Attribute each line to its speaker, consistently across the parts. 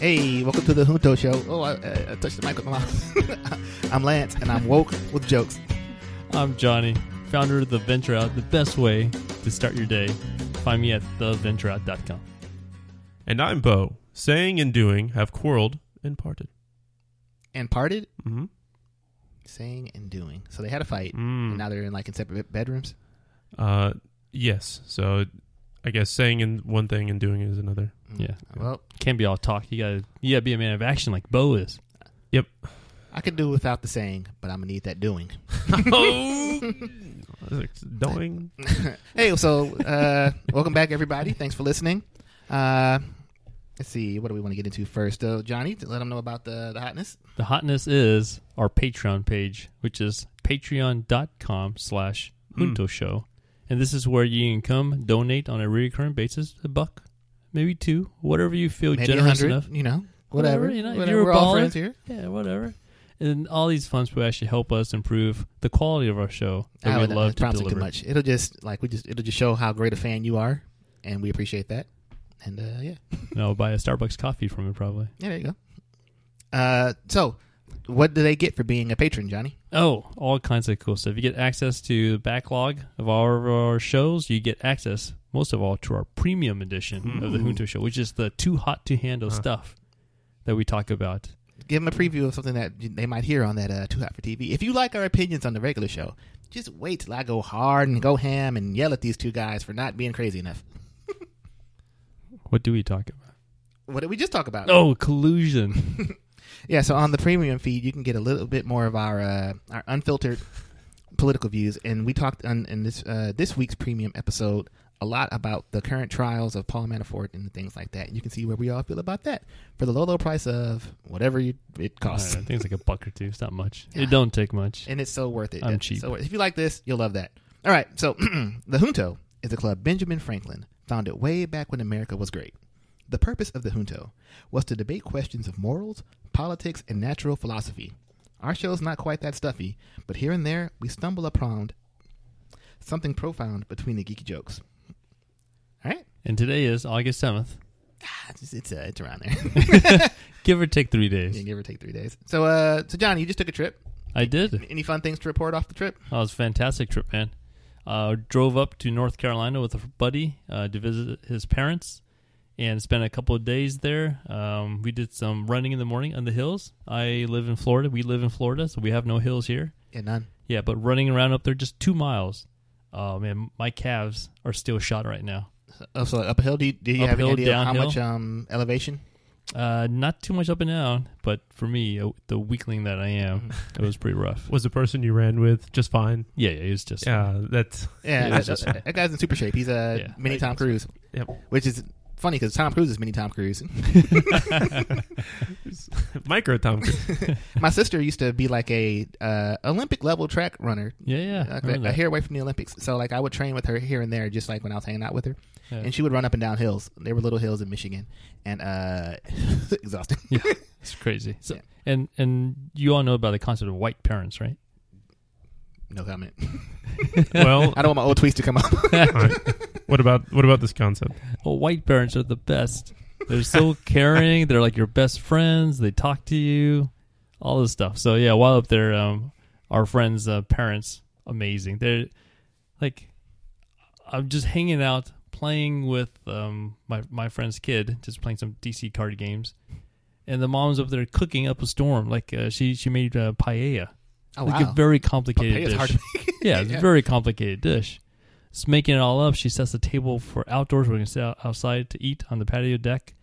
Speaker 1: Hey, welcome to the Junto Show. Oh, I, I touched the mic with my mouth. I'm Lance, and I'm woke with jokes.
Speaker 2: I'm Johnny, founder of The Venture Out, the best way to start your day. Find me at theventureout.com.
Speaker 3: And I'm Bo. Saying and doing have quarreled and parted.
Speaker 1: And parted,
Speaker 3: hmm
Speaker 1: saying and doing. So they had a fight, and
Speaker 2: Hmm.
Speaker 3: Mm.
Speaker 1: now they're in like in separate bedrooms.
Speaker 3: Uh, yes. So I guess saying in one thing and doing is another.
Speaker 1: Mm.
Speaker 2: Yeah.
Speaker 1: Well,
Speaker 2: Can't be all talk. You gotta, you gotta be a man of action like Bo is.
Speaker 1: I could do without the saying, but I'm gonna need that doing.
Speaker 3: oh, It's doing.
Speaker 1: hey, so uh, welcome back, everybody. Thanks for listening. Uh, let's see, what do we want to get into first? Uh, Johnny, to let them know about the, the hotness.
Speaker 2: The hotness is our Patreon page, which is patreon.com slash
Speaker 3: Hmm.
Speaker 2: Junto Show. And this is where you can come donate on a recurring basis, a buck, maybe two, whatever you feel
Speaker 1: Maybe
Speaker 2: generous
Speaker 1: 100,
Speaker 2: enough.
Speaker 1: you know, whatever.
Speaker 2: Whatever, you know, if
Speaker 1: whatever.
Speaker 2: you're a
Speaker 1: We're all
Speaker 2: baller.
Speaker 1: friends here.
Speaker 2: Yeah, whatever. And all these funds will actually help us improve the quality of our show. That
Speaker 1: I
Speaker 2: we
Speaker 1: would
Speaker 2: love
Speaker 1: love
Speaker 2: to
Speaker 1: too
Speaker 2: deliver.
Speaker 1: much. It'll just like we just it'll just show how great a fan you are, and we appreciate that. And uh, yeah,
Speaker 2: And I'll buy a Starbucks coffee from it probably.
Speaker 1: yeah, there you go. Uh, so, what do they get for being a patron, Johnny?
Speaker 2: Oh, all kinds of cool stuff. You get access to the backlog of all of our shows. You get access, most of all, to our premium edition of the
Speaker 1: Ooh.
Speaker 2: Junto Show, which is the too hot to handle
Speaker 3: Huh.
Speaker 2: stuff that we talk about.
Speaker 1: Give them a preview of something that you- they might hear on that uh, Too Hot for TV. If you like our opinions on the regular show, just wait till I go hard and go ham and yell at these two guys for not being crazy enough.
Speaker 2: What do we talk about?
Speaker 1: What did we just talk about?
Speaker 2: Oh, collusion.
Speaker 1: Yeah, so on the premium feed, you can get a little bit more of our uh, our unfiltered political views, and we talked on, in this uh, this week's premium episode a lot about the current trials of Paul Manafort and things like that. You can see where we all feel about that for the low low price of whatever you, it
Speaker 2: I
Speaker 1: costs,
Speaker 2: don't know, I think it's like a buck or two. It's not much.
Speaker 1: Yeah.
Speaker 2: It don't take much.
Speaker 1: and it's so worth it.
Speaker 2: I'm
Speaker 1: It's
Speaker 2: cheap.
Speaker 1: So worth it. If you like this, you'll love that. All right, so the junto is a club Benjamin Franklin founded way back when America was great. The purpose of the Junto was to debate questions of morals, politics, and natural philosophy. Our show's not quite that stuffy, but here and there we stumble upon something profound between the geeky jokes. All right,
Speaker 2: And today is August 7th.
Speaker 1: Ah, it's it's, uh, it's around there.
Speaker 2: Give or take three
Speaker 1: you
Speaker 2: days.
Speaker 1: give or take three days. So, uh, so Johnny, you just took a trip.
Speaker 2: I did.
Speaker 1: Any fun things to report off the trip?
Speaker 2: That was a fantastic trip, man. Uh, drove up to North Carolina with a buddy uh, to visit his parents and spent a couple of days there. Um, we did some running in the morning on the hills. I live in Florida. We live in Florida, so we have no hills here.
Speaker 1: Yeah, none.
Speaker 2: Yeah, but running around up there just two miles. Oh, man, my calves are still shot right now.
Speaker 1: Oh, so up a hill. Do you, do you have any
Speaker 2: Uphill,
Speaker 1: idea how
Speaker 2: downhill?
Speaker 1: much um, elevation?
Speaker 2: Uh, not too much up and down, but for me, uh, the weakling that I am, it was pretty rough.
Speaker 3: Was the person you ran with just fine?
Speaker 2: Yeah, yeah, it was just.
Speaker 3: Yeah, that's
Speaker 1: Yeah,
Speaker 2: Yeah,
Speaker 1: that,
Speaker 2: it's just-
Speaker 1: that- that guy's in super shape. He's a
Speaker 2: Yeah.
Speaker 1: mini Tom Cruise.
Speaker 3: Yep.
Speaker 1: Which is funny because Tom Cruise is mini Tom Cruise.
Speaker 3: micro Tom. Cruise.
Speaker 1: My sister used to be like a uh, Olympic level track runner,
Speaker 2: Yeah, yeah.
Speaker 1: like
Speaker 2: remember
Speaker 1: a, a
Speaker 2: that.
Speaker 1: hair away from the Olympics. So like I would train with her here and there, just like when I was hanging out with her,
Speaker 2: Yeah.
Speaker 1: and she would run up and down hills. There were little hills in Michigan, and uh, exhausting.
Speaker 2: It's crazy. So,
Speaker 1: Yeah.
Speaker 2: And and you all know about the concept of white parents, right?
Speaker 1: No comment.
Speaker 3: well,
Speaker 2: Oh.
Speaker 1: I don't want my old tweets to come up.
Speaker 3: all right. what about what about this concept?
Speaker 2: Well, white parents are the best. They're so caring. They're like your best friends. They talk to you, all this stuff. So yeah, while up there, um, our friends' uh, parents, amazing. They're like, I'm just hanging out, playing with um my my friend's kid, just playing some DC card games, and the mom's up there cooking up a storm. Like uh, she she made uh, paella,
Speaker 1: Oh
Speaker 2: like a
Speaker 1: wow,
Speaker 2: very complicated
Speaker 1: Paella's
Speaker 2: dish.
Speaker 1: hard to make.
Speaker 2: yeah, it's
Speaker 1: Yeah.
Speaker 2: a very complicated dish. It's making it all up. She sets the table for outdoors. We're gonna sit out- outside to eat on the patio deck.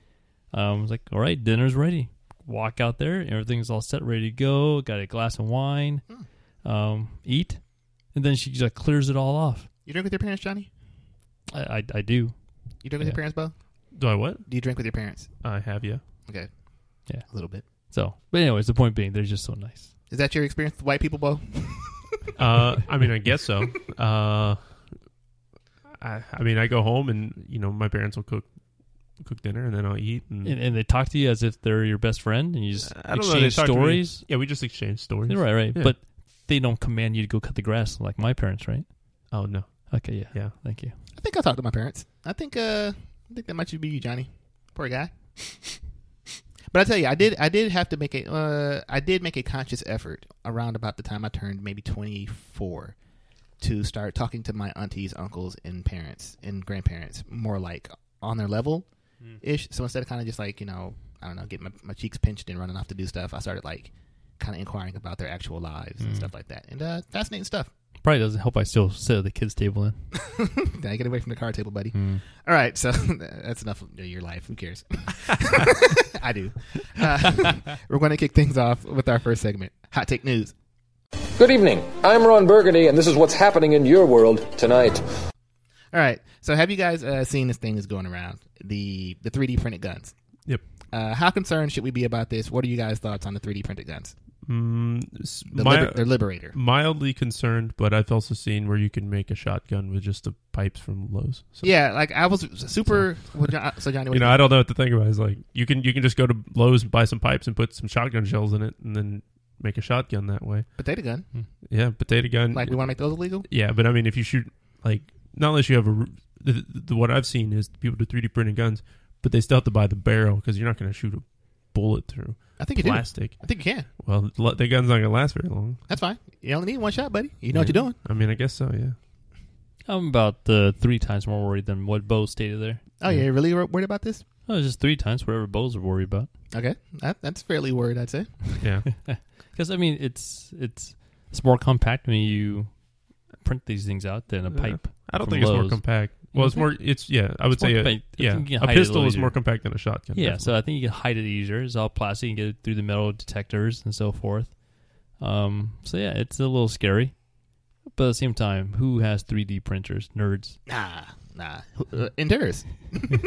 Speaker 2: Um, I was like, all right, dinner's ready. Walk out there. Everything's all set, ready to go. Got a glass of wine.
Speaker 3: Hmm.
Speaker 2: Um, eat, and then she just like, clears it all off.
Speaker 1: You drink with your parents, Johnny?
Speaker 2: I I, I do.
Speaker 1: You drink with your
Speaker 2: Yeah.
Speaker 1: parents, Bo?
Speaker 3: Do I what?
Speaker 1: Do you drink with your parents?
Speaker 3: I have you.
Speaker 1: Okay.
Speaker 2: Yeah.
Speaker 1: a little bit.
Speaker 2: So, but anyways, the point being, they're just so nice.
Speaker 1: Is that your experience with white people, Bo?
Speaker 3: Uh, I mean, I guess so. Uh, I, I mean, I go home and you know my parents will cook cook dinner and then I'll eat and,
Speaker 2: And, and they talk to you as if they're your best friend, and you just
Speaker 3: I don't know, they
Speaker 2: exchange
Speaker 3: talk to me.
Speaker 2: stories.
Speaker 3: yeah, we just exchange stories.
Speaker 2: Right, right.
Speaker 3: Mm-hmm. Yeah.
Speaker 2: But they don't command you to go cut the grass like my parents, right?
Speaker 3: Oh no,
Speaker 2: Okay, yeah.
Speaker 3: yeah.
Speaker 2: Thank you.
Speaker 1: I think I'll talk to my parents. I think uh I think that might just be you, Johnny. Poor guy. But I tell you, I did I did have to make a uh, I did make a conscious effort around about the time I turned maybe twenty four to start talking to my aunties, uncles, and parents and grandparents more like on their level ish. So instead of kind of just like you know I don't know getting my, my cheeks pinched and running off to do stuff, I started like kind of inquiring about their actual lives and
Speaker 2: Mm.
Speaker 1: stuff like that. And uh, fascinating stuff.
Speaker 2: Probably doesn't help. I still sit at the kids' table in.
Speaker 1: Now get away from the card table, buddy.
Speaker 3: Hmm.
Speaker 2: Mm.
Speaker 1: All right, so that's enough of your life. Who cares? I do. Uh, we're going to kick things off with our first segment, hot take news.
Speaker 4: Good evening. I'm Ron Burgundy, and this is what's happening in your world tonight.
Speaker 1: All right, so have you guys uh, seen this thing that's going around the the 3D printed guns?
Speaker 3: Yep.
Speaker 1: Uh, how concerned should we be about this? What are you guys' thoughts on the 3D printed guns?
Speaker 3: Mm, s-
Speaker 1: The,
Speaker 3: my-
Speaker 1: liber- the Liberator.
Speaker 3: mildly concerned, but I've also seen where you can make a shotgun with just the pipes from Lowe's. So,
Speaker 1: Yeah, like I was super. well, Jo- So Johnny, what
Speaker 3: You
Speaker 1: do
Speaker 3: know, I don't know what to think about. It's like you can you can just go to Lowe's and buy some pipes and put some shotgun shells in it, and then make a shotgun that way.
Speaker 1: potato gun.
Speaker 3: Yeah, potato gun.
Speaker 1: Like we want to make those illegal.
Speaker 3: Yeah, but I mean, if you shoot like not unless you have a r- the, the, the- what I've seen is people do 3D printed guns, but they still have to buy the barrel because you're not going to shoot a bullet through
Speaker 1: I think you do.
Speaker 3: plastic.
Speaker 1: I think you can.
Speaker 3: Well, the the gun's not going to last very long.
Speaker 1: That's fine. You only need one shot, buddy. You know what
Speaker 3: Yeah.
Speaker 1: you're doing.
Speaker 3: I mean, I guess so. Yeah.
Speaker 2: I'm about uh, three times more worried than what Bo stated there.
Speaker 1: Oh, yeah. you're really wor- worried about this?
Speaker 2: Oh, it's just three times whatever Bo's worried about.
Speaker 1: Okay, that, that's fairly worried, I'd say.
Speaker 3: Yeah.
Speaker 2: Because I mean, it's it's it's more compact when you print these things out than a
Speaker 3: Yeah.
Speaker 2: pipe.
Speaker 3: I don't
Speaker 2: From
Speaker 3: think it's more
Speaker 2: Lowe's.
Speaker 3: compact.
Speaker 2: You
Speaker 3: Well,
Speaker 2: don't
Speaker 3: it's more. It's yeah. I would
Speaker 2: more
Speaker 3: say a,
Speaker 2: compact. I
Speaker 3: yeah.
Speaker 2: think you can
Speaker 3: A
Speaker 2: hide it a
Speaker 3: pistol
Speaker 2: little
Speaker 3: is more
Speaker 2: easier.
Speaker 3: compact than a shotgun.
Speaker 2: Yeah,
Speaker 3: definitely.
Speaker 2: so I think you can hide it easier. It's all plastic. You can get it through the metal detectors and so forth. Um, so yeah, it's a little scary, but at the same time, who has 3D printers? Nerds.
Speaker 1: Nah, nah. Uh, and terrorists.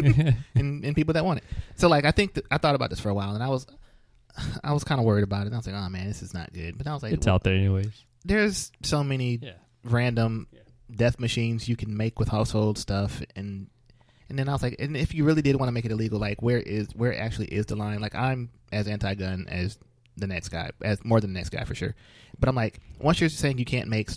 Speaker 1: and, and people that want it. So, like, I think that I thought about this for a while, and I was, I was kind of worried about it. And I was like, oh man, this is not good. But I was like,
Speaker 2: It's
Speaker 1: well,
Speaker 2: out there anyways.
Speaker 1: there's so many
Speaker 2: Yeah.
Speaker 1: random death machines you can make with household stuff, and and then I was like, and if you really did want to make it illegal, like, where is where actually is the line? Like, I'm as anti-gun as the next guy, as more than the next guy for sure. But I'm like, once you're saying you can't make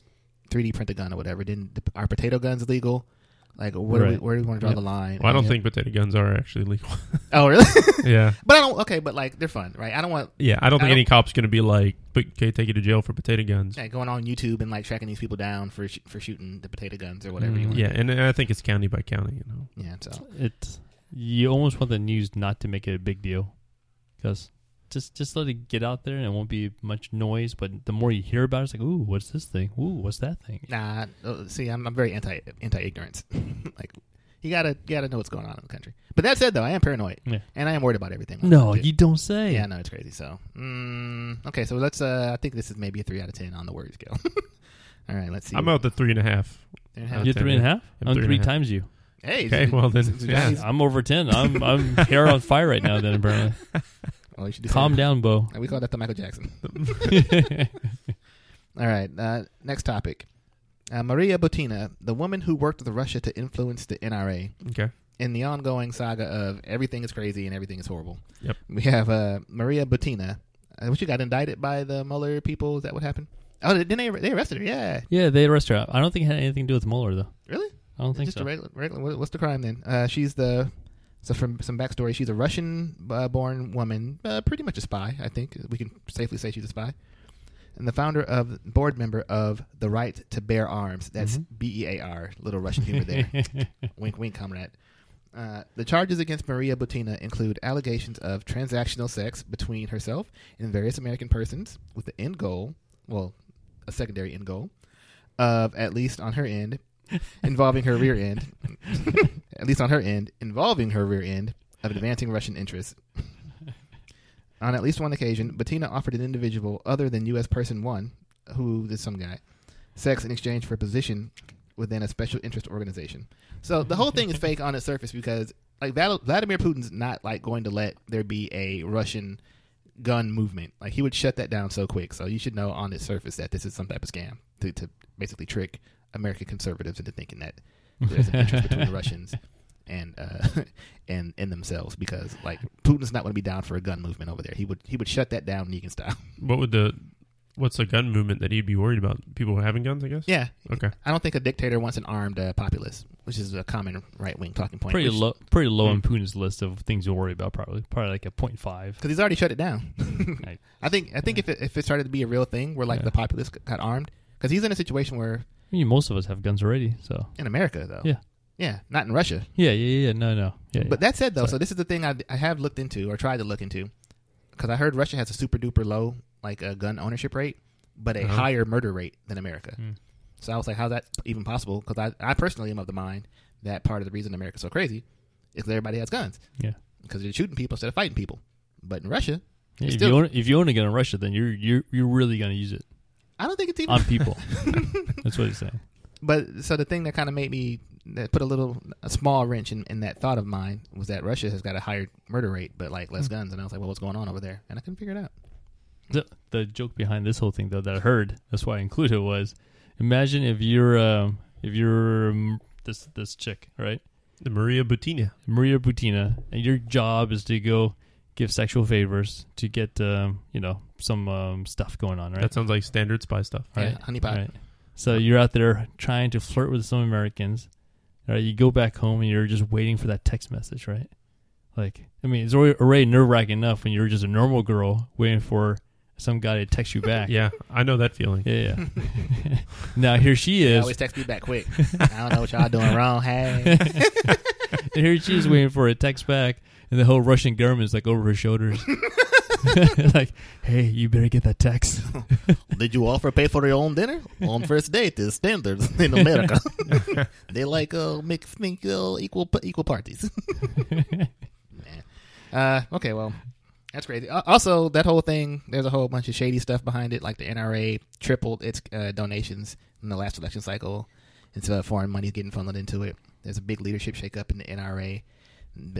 Speaker 1: 3D print a gun or whatever, then the, are potato guns illegal? Like, where do we,
Speaker 2: Right.
Speaker 1: where do we want to draw
Speaker 2: Yep.
Speaker 1: the line?
Speaker 3: Well, I don't
Speaker 1: And-
Speaker 3: think potato guns are actually legal.
Speaker 1: Oh, really?
Speaker 3: yeah.
Speaker 1: But I don't. Okay, but like they're fun, right? I don't want
Speaker 3: Yeah. I don't
Speaker 1: I
Speaker 3: think
Speaker 1: don't-
Speaker 3: any cop's going to be like, but okay, take you to jail for potato guns.
Speaker 1: like, going on YouTube and like tracking these people down for sh- for shooting the potato guns or whatever you
Speaker 2: Mm,
Speaker 1: want.
Speaker 3: Yeah, and I think it's county by county. You know.
Speaker 1: yeah. So
Speaker 2: It's you almost want the news not to make it a big deal, because just just let it get out there and it won't be much noise. But the more you hear about it, it's like, ooh, what's this thing? Ooh, what's that thing?
Speaker 1: nah. uh, See, I'm, I'm very anti anti ignorance. like you gotta you gotta know what's going on in the country. But that said, though, I am paranoid
Speaker 2: Yeah.
Speaker 1: and I am worried about everything.
Speaker 2: No,
Speaker 1: Shit.
Speaker 2: you don't say.
Speaker 1: Yeah, I know it's crazy. So, mm, okay, so let's. Uh, I think this is maybe a three out of ten on the worry scale. All right, let's see.
Speaker 3: I'm out the three and a half.
Speaker 1: Three and a half.
Speaker 2: You're
Speaker 3: Okay.
Speaker 2: three and a half.
Speaker 3: I'm
Speaker 2: I'm
Speaker 3: three and a
Speaker 2: three
Speaker 3: half.
Speaker 2: times you.
Speaker 1: Hey,
Speaker 3: Okay,
Speaker 1: did-
Speaker 3: well, then,
Speaker 1: did you
Speaker 3: yeah.
Speaker 1: guys-
Speaker 2: I'm over ten. I'm I'm hair on fire right now. Then apparently,
Speaker 1: well, Oh, you should do
Speaker 2: calm
Speaker 1: something.
Speaker 2: down, Bo.
Speaker 1: We call that the Michael Jackson. All right. Uh, next topic. Uh, Maria Butina, the woman who worked with Russia to influence the NRA
Speaker 3: Okay.
Speaker 1: in the ongoing saga of everything is crazy and everything is horrible.
Speaker 3: Yep.
Speaker 1: We have uh, Maria Butina. Uh, what, she got indicted by the Mueller people? Is that what happened? Oh, they- didn't they, they arrested her? Yeah.
Speaker 2: Yeah, they arrested her. I don't think it had anything to do with Mueller though.
Speaker 1: Really?
Speaker 2: I don't think
Speaker 1: Just
Speaker 2: so.
Speaker 1: a regular, regular, what- what's the crime then? Uh, she's the, so from some backstory, she's a Russian uh, born woman, uh, pretty much a spy, I think. We can safely say she's a spy. And the founder of, board member of The Right to Bear Arms. That's
Speaker 2: Mhm.
Speaker 1: B E A R, little Russian humor there. wink, wink, comrade. Uh, the charges against Maria Butina include allegations of transactional sex between herself and various American persons with the end goal, well, a secondary end goal, of at least on her end, involving her rear end, at least on her end, involving her rear end of advancing Russian interests. on at least one occasion, Bettina offered an individual other than U.S. person one, who is some guy, sex in exchange for a position within a special interest organization. So the whole thing is fake on its surface because, like, Val- Vladimir Putin's not like going to let there be a Russian gun movement. Like, he would shut that down so quick. So you should know on its surface that this is some type of scam to, to basically trick American conservatives into thinking that there's an interest between the Russians and uh, and and themselves because like Putin's not going to be down for a gun movement over there. He would he would shut that down Negan style.
Speaker 3: What would the what's the gun movement that he'd be worried about? People who having guns, I guess.
Speaker 1: Yeah.
Speaker 3: Okay.
Speaker 1: I don't think a dictator wants an armed uh, populace, which is a common right wing talking point.
Speaker 2: Pretty
Speaker 1: which-
Speaker 2: low, pretty low on Putin's list of things to worry about. Probably, probably like a point five.
Speaker 1: because he's already shut it down.
Speaker 2: Like,
Speaker 1: I think I think if it, if it started to be a real thing where like
Speaker 2: Yeah.
Speaker 1: the populace g- got armed, because he's in a situation where
Speaker 2: I mean, most of us have guns already, so
Speaker 1: in America though,
Speaker 2: Yeah.
Speaker 1: yeah, not in Russia.
Speaker 2: yeah, yeah, yeah. yeah, No, no, yeah.
Speaker 1: But
Speaker 2: yeah.
Speaker 1: that said though, so this is the thing I, I have looked into or tried to look into, because I heard Russia has a super duper low like uh, gun ownership rate, but a
Speaker 3: Uh-huh.
Speaker 1: higher murder rate than America.
Speaker 2: Hmm.
Speaker 1: So I was like, how's that even possible? Because I I personally am of the mind that part of the reason America's so crazy is that everybody has guns
Speaker 2: yeah.
Speaker 1: because they're shooting people instead of fighting people. But in Russia,
Speaker 2: Yeah,
Speaker 1: it's
Speaker 2: if
Speaker 1: still-
Speaker 2: you own if you own a gun in Russia, then you're you're you're really gonna use it
Speaker 1: I don't think it's even
Speaker 2: on people. That's what he's saying.
Speaker 1: but so the thing that kind of made me that put a little a small wrench in, in that thought of mine was that Russia has got a higher murder rate but like
Speaker 2: Hmm.
Speaker 1: less guns and I was like well what's going on over there and I couldn't figure it out
Speaker 2: The, the joke behind this whole thing, though, that I heard, that's why I included it, was imagine if you're um, if you're um, this this chick, right,
Speaker 3: The Maria Butina.
Speaker 2: Maria Butina, and your job is to go give sexual favors to get um, you know some um, stuff going on, right?
Speaker 3: That sounds like standard spy stuff.
Speaker 1: Yeah,
Speaker 2: right?
Speaker 1: honey pot.
Speaker 2: Right. So you're out there trying to flirt with some Americans. Right? You go back home and you're just waiting for that text message, right? Like, I mean, it's already, already nerve wracking enough when you're just a normal girl waiting for some guy to text you back.
Speaker 3: Yeah, I know that feeling.
Speaker 2: Yeah. yeah. now here she
Speaker 1: They
Speaker 2: is.
Speaker 1: always text me back quick I don't know what y'all doing wrong hey
Speaker 2: And here she is waiting for a text back, and the whole Russian government's like over her shoulders. like, hey, you better get that text.
Speaker 1: did you offer pay for your own dinner on first date is standard in America they like uh make think uh, equal equal parties Uh, okay, well, that's crazy. Al- Also, that whole thing, there's a whole bunch of shady stuff behind it. Like the NRA tripled its uh, donations in the last election cycle, and so foreign money's getting funneled into it. There's a big leadership shakeup in the NRA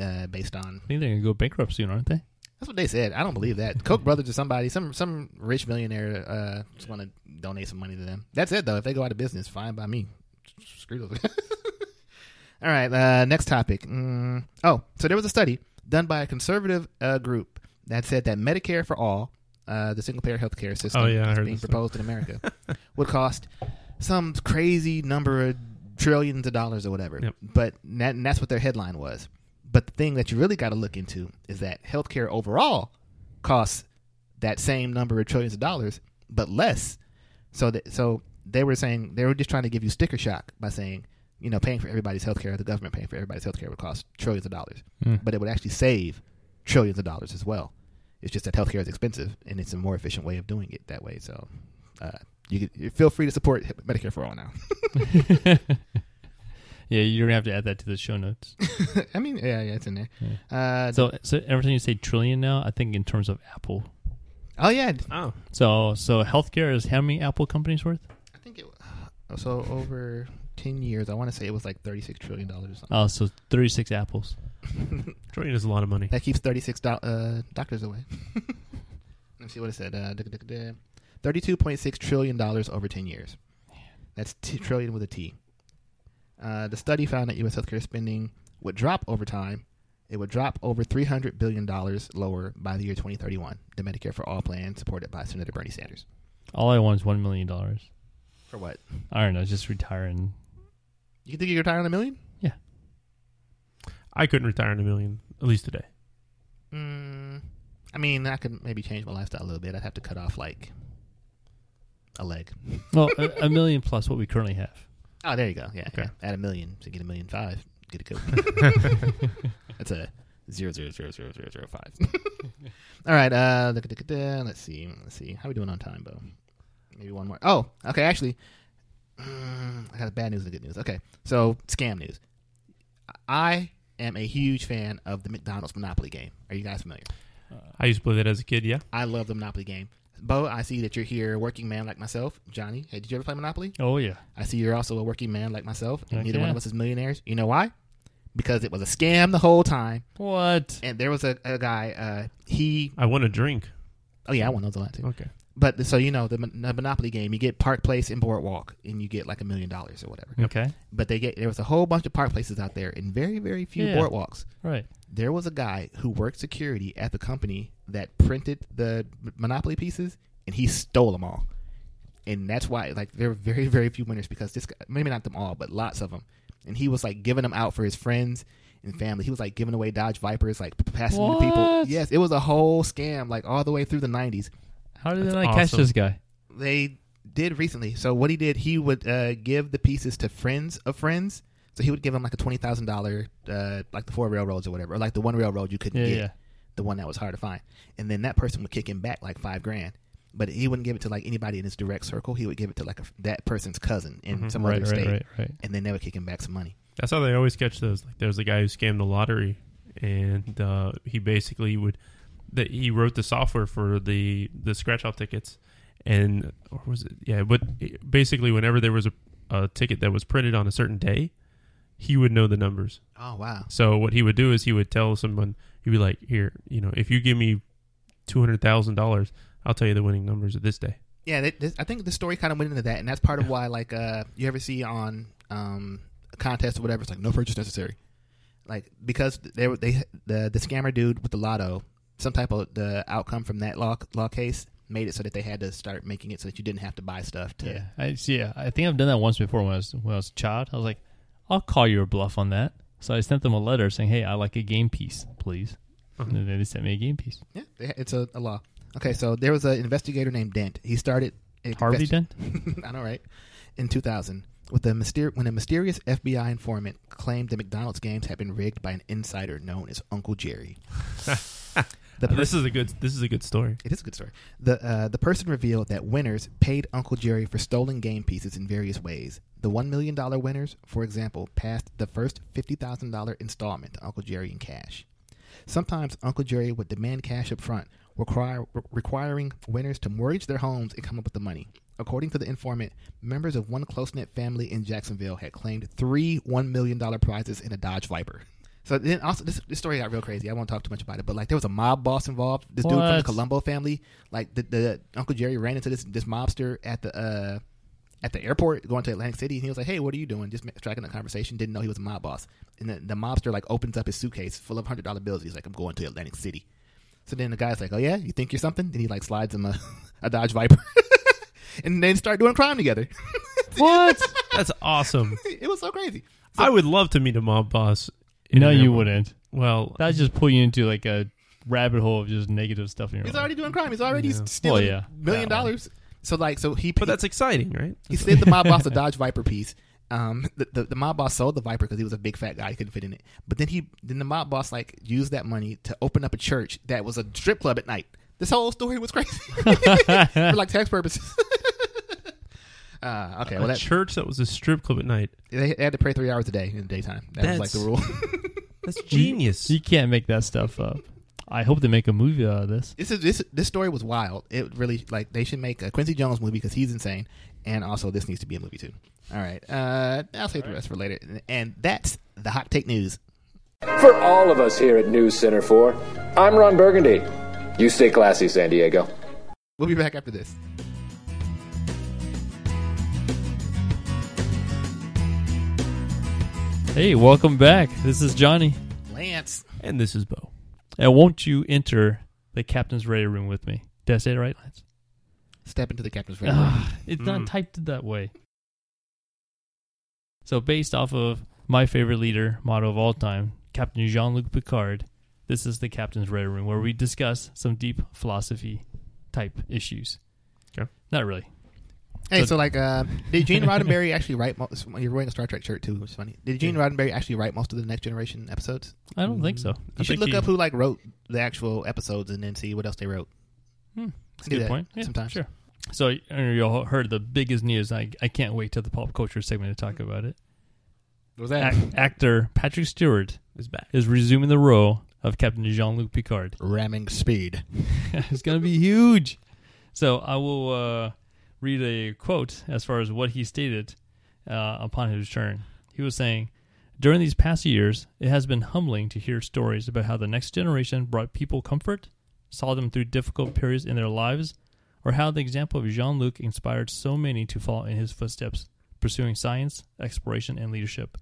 Speaker 1: uh, based on.
Speaker 2: I think they're going to go bankrupt soon, aren't they?
Speaker 1: That's what they said. I don't believe that. Koch brothers or somebody, some some rich millionaire, uh, just want to donate some money to them. That's it though. If they go out of business, fine by me. Screw those. All right. Uh, next topic. Mm, oh, so there was a study done by a conservative uh, group that said that Medicare for all, uh, the single payer health care system
Speaker 3: Oh, yeah, I
Speaker 1: that's
Speaker 3: heard
Speaker 1: being
Speaker 3: this thing.
Speaker 1: proposed in America, would cost some crazy number of trillions of dollars or whatever.
Speaker 3: Yep.
Speaker 1: But that, and that's what their headline was. But the thing that you really got to look into is that healthcare overall costs that same number of trillions of dollars, but less. So that so they were saying they were just trying to give you sticker shock by saying you know paying for everybody's healthcare, the government paying for everybody's healthcare would cost trillions of dollars, but it would actually save trillions of dollars as well. It's just that healthcare is expensive, and it's a more efficient way of doing it that way. So uh, you, could, you feel free to support Medicare for all now.
Speaker 2: Yeah, you're going to have to add that to the show notes.
Speaker 1: I mean, yeah, yeah, it's in there. Uh,
Speaker 2: So, so every time you say trillion now, I think in terms of Apple.
Speaker 1: oh yeah,
Speaker 3: Oh,
Speaker 2: So, so healthcare is how many Apple companies worth?
Speaker 1: I think it. uh, So over ten years, I want to say it was like thirty-six trillion dollars or something.
Speaker 2: Oh, so 36 apples.
Speaker 3: trillion is a lot of money.
Speaker 1: That keeps 36 do- uh, doctors away. Let me see what it said. Uh, duh, duh, duh, duh. $32.6 trillion over 10 years. That's t- trillion with a T. Uh, the study found that U.S. healthcare spending would drop over time. It would drop over $300 billion lower by the year 2031, the Medicare for All plan supported by Senator Bernie Sanders.
Speaker 2: All I want is $1 million. I
Speaker 1: For what?
Speaker 2: don't know, just retire and
Speaker 1: You think you could retire on a million?
Speaker 3: I couldn't retire in a million, at least today.
Speaker 1: Mm, I mean, I could maybe change my lifestyle a little bit. I'd have to cut off like a leg.
Speaker 2: Well, a, a million plus what we currently have.
Speaker 1: Oh, there you go. Yeah,
Speaker 3: Okay.
Speaker 1: yeah. Add a million to get a million five. Get a code. That's a zero zero zero zero zero zero five. All right. Uh, look at the Let's see. Let's see. How we doing on time, Bo? Maybe one more. Oh, okay. Actually, mm, I got bad news and good news. Okay, so scam news. I am a huge fan of the McDonald's Monopoly game. Are you guys familiar?
Speaker 3: I used to play that as a kid. Yeah,
Speaker 1: I love the Monopoly game. Bo, I see that you're here, a working man like myself. Johnny, hey, did you ever play Monopoly?
Speaker 2: Oh, yeah.
Speaker 1: I see you're also a working man like myself. and
Speaker 2: Heck
Speaker 1: neither one
Speaker 2: yeah.
Speaker 1: of us is millionaires. You know why? Because it was a scam the whole time.
Speaker 2: What?
Speaker 1: And there was a, a guy, uh, he,
Speaker 3: I want a drink.
Speaker 1: oh yeah, I won those a lot too.
Speaker 3: Okay,
Speaker 1: But so, you know, the, Mon- the Monopoly game, you get Park Place and Boardwalk, and you get like a million dollars or whatever.
Speaker 2: Okay.
Speaker 1: But they get, there was a whole bunch of Park Places out there and very, very few
Speaker 2: Yeah.
Speaker 1: Boardwalks.
Speaker 2: Right.
Speaker 1: There was a guy who worked security at the company that printed the Monopoly pieces and he stole them all. And that's why, like, there were very, very few winners because this guy, maybe not them all, but lots of them. And he was like giving them out for his friends and family. He was like giving away Dodge Vipers, like passing them to people.
Speaker 2: What?
Speaker 1: Yes, it was a whole scam, like all the way through the '90s.
Speaker 2: How did
Speaker 3: That's
Speaker 2: I catch
Speaker 3: awesome.
Speaker 2: this guy?
Speaker 1: They did recently. So what he did, he would uh, give the pieces to friends of friends. So he would give them like a twenty thousand dollar, uh, like the four railroads or whatever, or like the one railroad you couldn't
Speaker 2: Yeah,
Speaker 1: get
Speaker 2: yeah.
Speaker 1: the one that was hard to find. And then that person would kick him back like five grand. But he wouldn't give it to like anybody in his direct circle. He would give it to like a, that person's cousin in some
Speaker 2: Mm-hmm. Right,
Speaker 1: other
Speaker 2: right,
Speaker 1: state,
Speaker 2: right, right.
Speaker 1: and then they would kick him back some money.
Speaker 3: That's how they always catch those. Like there was a guy who scammed the lottery, and uh, he basically would that he wrote the software for the the scratch off tickets, and or was it yeah? But basically, whenever there was a, a ticket that was printed on a certain day, he would know the numbers.
Speaker 1: Oh wow!
Speaker 3: So what he would do is he would tell someone he'd be like, "Here, you know, if you give me two hundred thousand dollars, I'll tell you the winning numbers of this day."
Speaker 1: Yeah, that, this, I think the story kind of went into that, and that's part of why like uh, you ever see on um, a contest or whatever, it's like no purchase necessary, like because they were they the the scammer dude with the lotto, some type of the outcome from that law law case made it so that they had to start making it so that you didn't have to buy stuff to
Speaker 2: Yeah, I see. Yeah, I think I've done that once before when I was when I was a child. I was like, I'll call your bluff on that. So I sent them a letter saying, Hey, I like a game piece, please. And then they sent me a game piece.
Speaker 1: Yeah, they- it's a, a law. Okay, so there was an investigator named Dent. He started a
Speaker 2: Harvey
Speaker 1: investi-
Speaker 2: Dent.
Speaker 1: I know, right? In 2000, with the myster- when a mysterious FBI informant claimed that McDonald's games had been rigged by an insider known as Uncle Jerry. the
Speaker 3: this is a good this is a good story.
Speaker 1: it is a good story. The uh, the person revealed that winners paid Uncle Jerry for stolen game pieces in various ways. The one million dollar winners, for example, passed the first fifty thousand dollar installment to Uncle Jerry in cash. Sometimes Uncle Jerry would demand cash up front, require, re- requiring winners to mortgage their homes and come up with the money. According to the informant, members of one close knit family in Jacksonville had claimed three one million dollar prizes in a Dodge Viper. So then also this, this story got real crazy. I won't talk too much about it, but like there was a mob boss involved. This dude from the
Speaker 2: What?
Speaker 1: Colombo family, like the, the Uncle Jerry ran into this this mobster at the uh, at the airport going to Atlantic City, and he was like, "Hey, what are you doing?" Just ma- striking a conversation. Didn't know he was a mob boss. And the, the mobster like opens up his suitcase full of hundred dollar bills. He's like, "I'm going to Atlantic City." So then the guy's like, "Oh yeah, you think you're something?" Then he like slides him a, a Dodge Viper, and then start doing crime together.
Speaker 2: What?
Speaker 3: That's awesome.
Speaker 1: it was so crazy.
Speaker 3: I would love to meet a mob boss. in
Speaker 2: no,
Speaker 3: an
Speaker 2: you
Speaker 3: airport.
Speaker 2: wouldn't.
Speaker 3: Well,
Speaker 2: That just put you into like a rabbit hole of just negative stuff in your
Speaker 1: He's
Speaker 2: life.
Speaker 1: already doing crime. He's already
Speaker 3: Yeah.
Speaker 1: stealing
Speaker 2: Well, yeah.
Speaker 1: million
Speaker 2: Yeah.
Speaker 1: dollars. So like, so he
Speaker 3: but that's exciting, right?
Speaker 1: he sent the mob boss a Dodge Viper piece. Um, the, the, the mob boss sold the Viper because he was a big fat guy, he couldn't fit in it. But then he then the mob boss like used that money to open up a church that was a strip club at night. This whole story was crazy for like tax purposes. uh, okay, well
Speaker 3: a
Speaker 1: that,
Speaker 3: church that was a strip club at night.
Speaker 1: they had to pray three hours a day in the daytime. That was like
Speaker 3: That's-
Speaker 1: the rule.
Speaker 3: That's genius.
Speaker 2: You can't make that stuff up. I hope they make a movie out of this.
Speaker 1: this is this this story was wild. It really like they should make a Quincy Jones movie because he's insane, and also this needs to be a movie too. All right, uh, I'll save the rest for later. And that's the hot take news.
Speaker 4: For all of us here at News Center 4, I'm Ron Burgundy. You stay classy, San Diego.
Speaker 1: We'll be back after this.
Speaker 2: Hey, welcome back. This is Johnny.
Speaker 1: Lance.
Speaker 3: and this is Bo.
Speaker 2: And won't you enter the captain's ready room with me? Did I say it right, Lance?
Speaker 1: Step into the captain's room.
Speaker 2: Ah, it's not
Speaker 3: Mm.
Speaker 2: typed that way. So, based off of my favorite leader motto of all time, Captain Jean Luc Picard, this is the Captain's Red Room, where we discuss some deep philosophy type issues.
Speaker 3: Okay.
Speaker 2: Not really.
Speaker 1: hey, so like, uh, did Gene Roddenberry actually write? Most, you're wearing a Star Trek shirt too, which is funny. Did Gene Roddenberry actually write most of the Next Generation episodes?
Speaker 2: I don't think so.
Speaker 1: You should look up who like wrote the actual episodes and then see what else they wrote.
Speaker 2: Hmm, that's a
Speaker 1: Do
Speaker 2: good
Speaker 1: that
Speaker 2: point. Yeah,
Speaker 1: sometimes.
Speaker 2: Sure. So, I know you all heard the biggest news. I, I can't wait till the pop culture segment to talk about it.
Speaker 1: Was
Speaker 2: Ac- actor Patrick Stewart
Speaker 3: Is back.
Speaker 2: is resuming the role of Captain Jean Luc Picard.
Speaker 1: ramming speed?
Speaker 2: it's going to be huge. So I will uh, read a quote as far as what he stated uh, upon his return. He was saying, During these past years, it has been humbling to hear stories about how the next generation brought people comfort, saw them through difficult periods in their lives, or how the example of Jean Luc inspired so many to follow in his footsteps, pursuing science, exploration, and leadership.